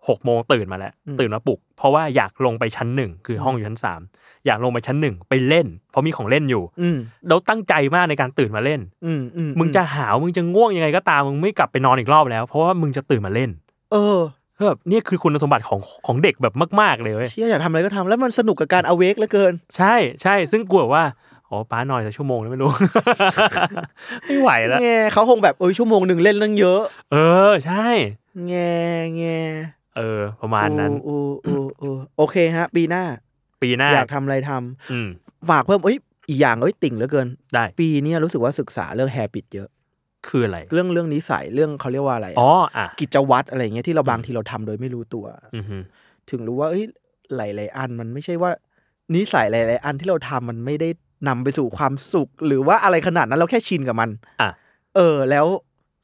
[SPEAKER 1] หกโมงตื่นมาแล้ว
[SPEAKER 2] อืม
[SPEAKER 1] ตื่นมาปลุก เพราะว่าอยากลงไปชั้นหนึ่งคือห้องอยู่ชั้นสามอยากลงไปชั้นหนึ่งไปเล่น เพราะมีของเล่นอยู่
[SPEAKER 2] อืม
[SPEAKER 1] แล้วตั้งใจมากในการตื่นมาเล่น
[SPEAKER 2] อืมอืม
[SPEAKER 1] มึงจะหาวมึงจะง่วงยังไงก็ตามมึงไม่กลับไปนอนอีกรอบแล้ว เพราะว่ามึงจะตื่นมาเล่น
[SPEAKER 2] เออ
[SPEAKER 1] แบบนี่คือคุณสมบัติของของเด็กแบบมาก ๆเลยเว้ย
[SPEAKER 2] เชี่ยอยากทำอะไรก็ทำแล้วมันสนุกกับการอเวกเหลือเกิน
[SPEAKER 1] ใช่ใช่ซึ่งกลัวว่าอ๋อป้านอนแต่ชั่วโมงแล้วไม่รู้ ไม่ไหวแล้ว
[SPEAKER 2] แง่เขาคงแบบโอ้ยชั่วโมงหนึ่งเล่นตั้งเยอะ
[SPEAKER 1] เออใช่
[SPEAKER 2] แง่แง่
[SPEAKER 1] เออ ประมาณนั้น
[SPEAKER 2] โอ้โอ้โอ้โอเคฮะ ปีหน้า
[SPEAKER 1] ปีหน้า
[SPEAKER 2] อยากทำอะไรทำ
[SPEAKER 1] อืม
[SPEAKER 2] ฝากเพิ่มเอ้ยอีกอย่างเอ้ยติ่งเหลือเกิน
[SPEAKER 1] ได้
[SPEAKER 2] ปีเนี้ยรู้สึกว่าศึกษาเรื่องแฮบิตเยอะ
[SPEAKER 1] คืออะไร
[SPEAKER 2] เรื่องเรื่องนิสัยเรื่องเขาเรียกว่าอะไรอะ
[SPEAKER 1] อ๋ออ่ะ
[SPEAKER 2] กิจวัตรอะไรเงี้ยที่เราบางทีเราทำโดยไม่รู้ตัว
[SPEAKER 1] อือฮึ
[SPEAKER 2] ถึงรู้ว่าเอ้ยหลายๆอันมันไม่ใช่ว่า นิสัยหลายๆอันที่เราทำมันไม่ได้นำไปสู่ความสุข หรือว่าอะไรขนาดนั้นเราแค่ชินกับมัน
[SPEAKER 1] อ่ะ
[SPEAKER 2] เออ แล้ว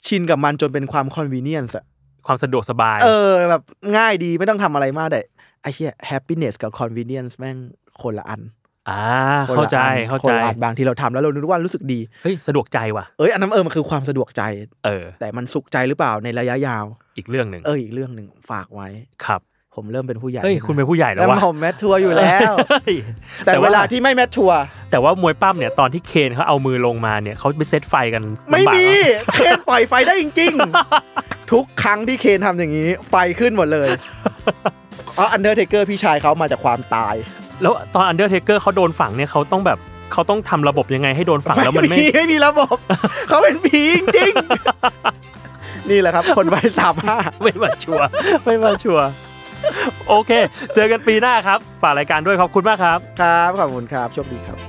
[SPEAKER 2] ชินกับมันจนเป็นความคอนเวเนียนส์อะ
[SPEAKER 1] ความสะดวกสบาย
[SPEAKER 2] เออ แบบง่ายดีไม่ต้องทำอะไรมากแต่ไอ้เชี่ยแฮปปี้เนสกับคอนเวเนียนส์แม่งคนละอัน
[SPEAKER 1] อ่า
[SPEAKER 2] คน
[SPEAKER 1] เข้า
[SPEAKER 2] ละ
[SPEAKER 1] ใจ
[SPEAKER 2] อัน
[SPEAKER 1] เข้า
[SPEAKER 2] ค
[SPEAKER 1] ใจ
[SPEAKER 2] นละอันบางที่เราทำแล้วเรารู้ว่ารู้สึกดี
[SPEAKER 1] เฮ้ย สะดวกใจว่ะ
[SPEAKER 2] เอ้ยอันนั้นเออมันคือความสะดวกใจ
[SPEAKER 1] เออ
[SPEAKER 2] แต่มันสุขใจหรือเปล่าในระยะยาว
[SPEAKER 1] อีกเรื่องหนึ่ง
[SPEAKER 2] เอออีกเรื่องหนึ่งฝากไว้
[SPEAKER 1] ครับ
[SPEAKER 2] ผมเริ่มเป็นผู้ใหญ่
[SPEAKER 1] เฮ้ย
[SPEAKER 2] แล้วะ
[SPEAKER 1] คุณเป็นผู้ใหญ่แล้
[SPEAKER 2] แล้ว ว
[SPEAKER 1] ว่ะ
[SPEAKER 2] ผมแมททัวร์อยู่แล้ว
[SPEAKER 1] เฮ้ย
[SPEAKER 2] แต่เวลาที่ไม่แมททัวร์
[SPEAKER 1] แต่ว่ามวยปั้มเนี่ย ตอนที่เคนเขาเอามือลงมาเนี่ยเขาไปเซตไฟกัน
[SPEAKER 2] ไม่
[SPEAKER 1] ลำบาก
[SPEAKER 2] มี
[SPEAKER 1] เหรอ
[SPEAKER 2] เคนปล่อยไฟได้จริง ๆ ทุกครั้งที่เคนทำอย่างนี้ ไฟขึ้นหมดเลยอ๋ออันเดอร์เทเกอร์พี่ชายเขามาจากความตาย
[SPEAKER 1] แล้วตอนอันเดอร์เทเกอร์เขาโดนฝังเนี่ยเขาต้องแบบเขาต้องทำระบบยังไงให้โดนฝังแล้วมันไม่
[SPEAKER 2] มีไม่มีระบบ เขาเป็นผีจริงๆนี่แหละครับ คนไฟสามห้า
[SPEAKER 1] ไม่มาชัวร์ไม่มาชัวร์โอเค เจอกันปีหน้าครับ ฝากรายการด้วยขอบคุณมากครับ
[SPEAKER 2] ครับขอบคุณครับโชคดีครับ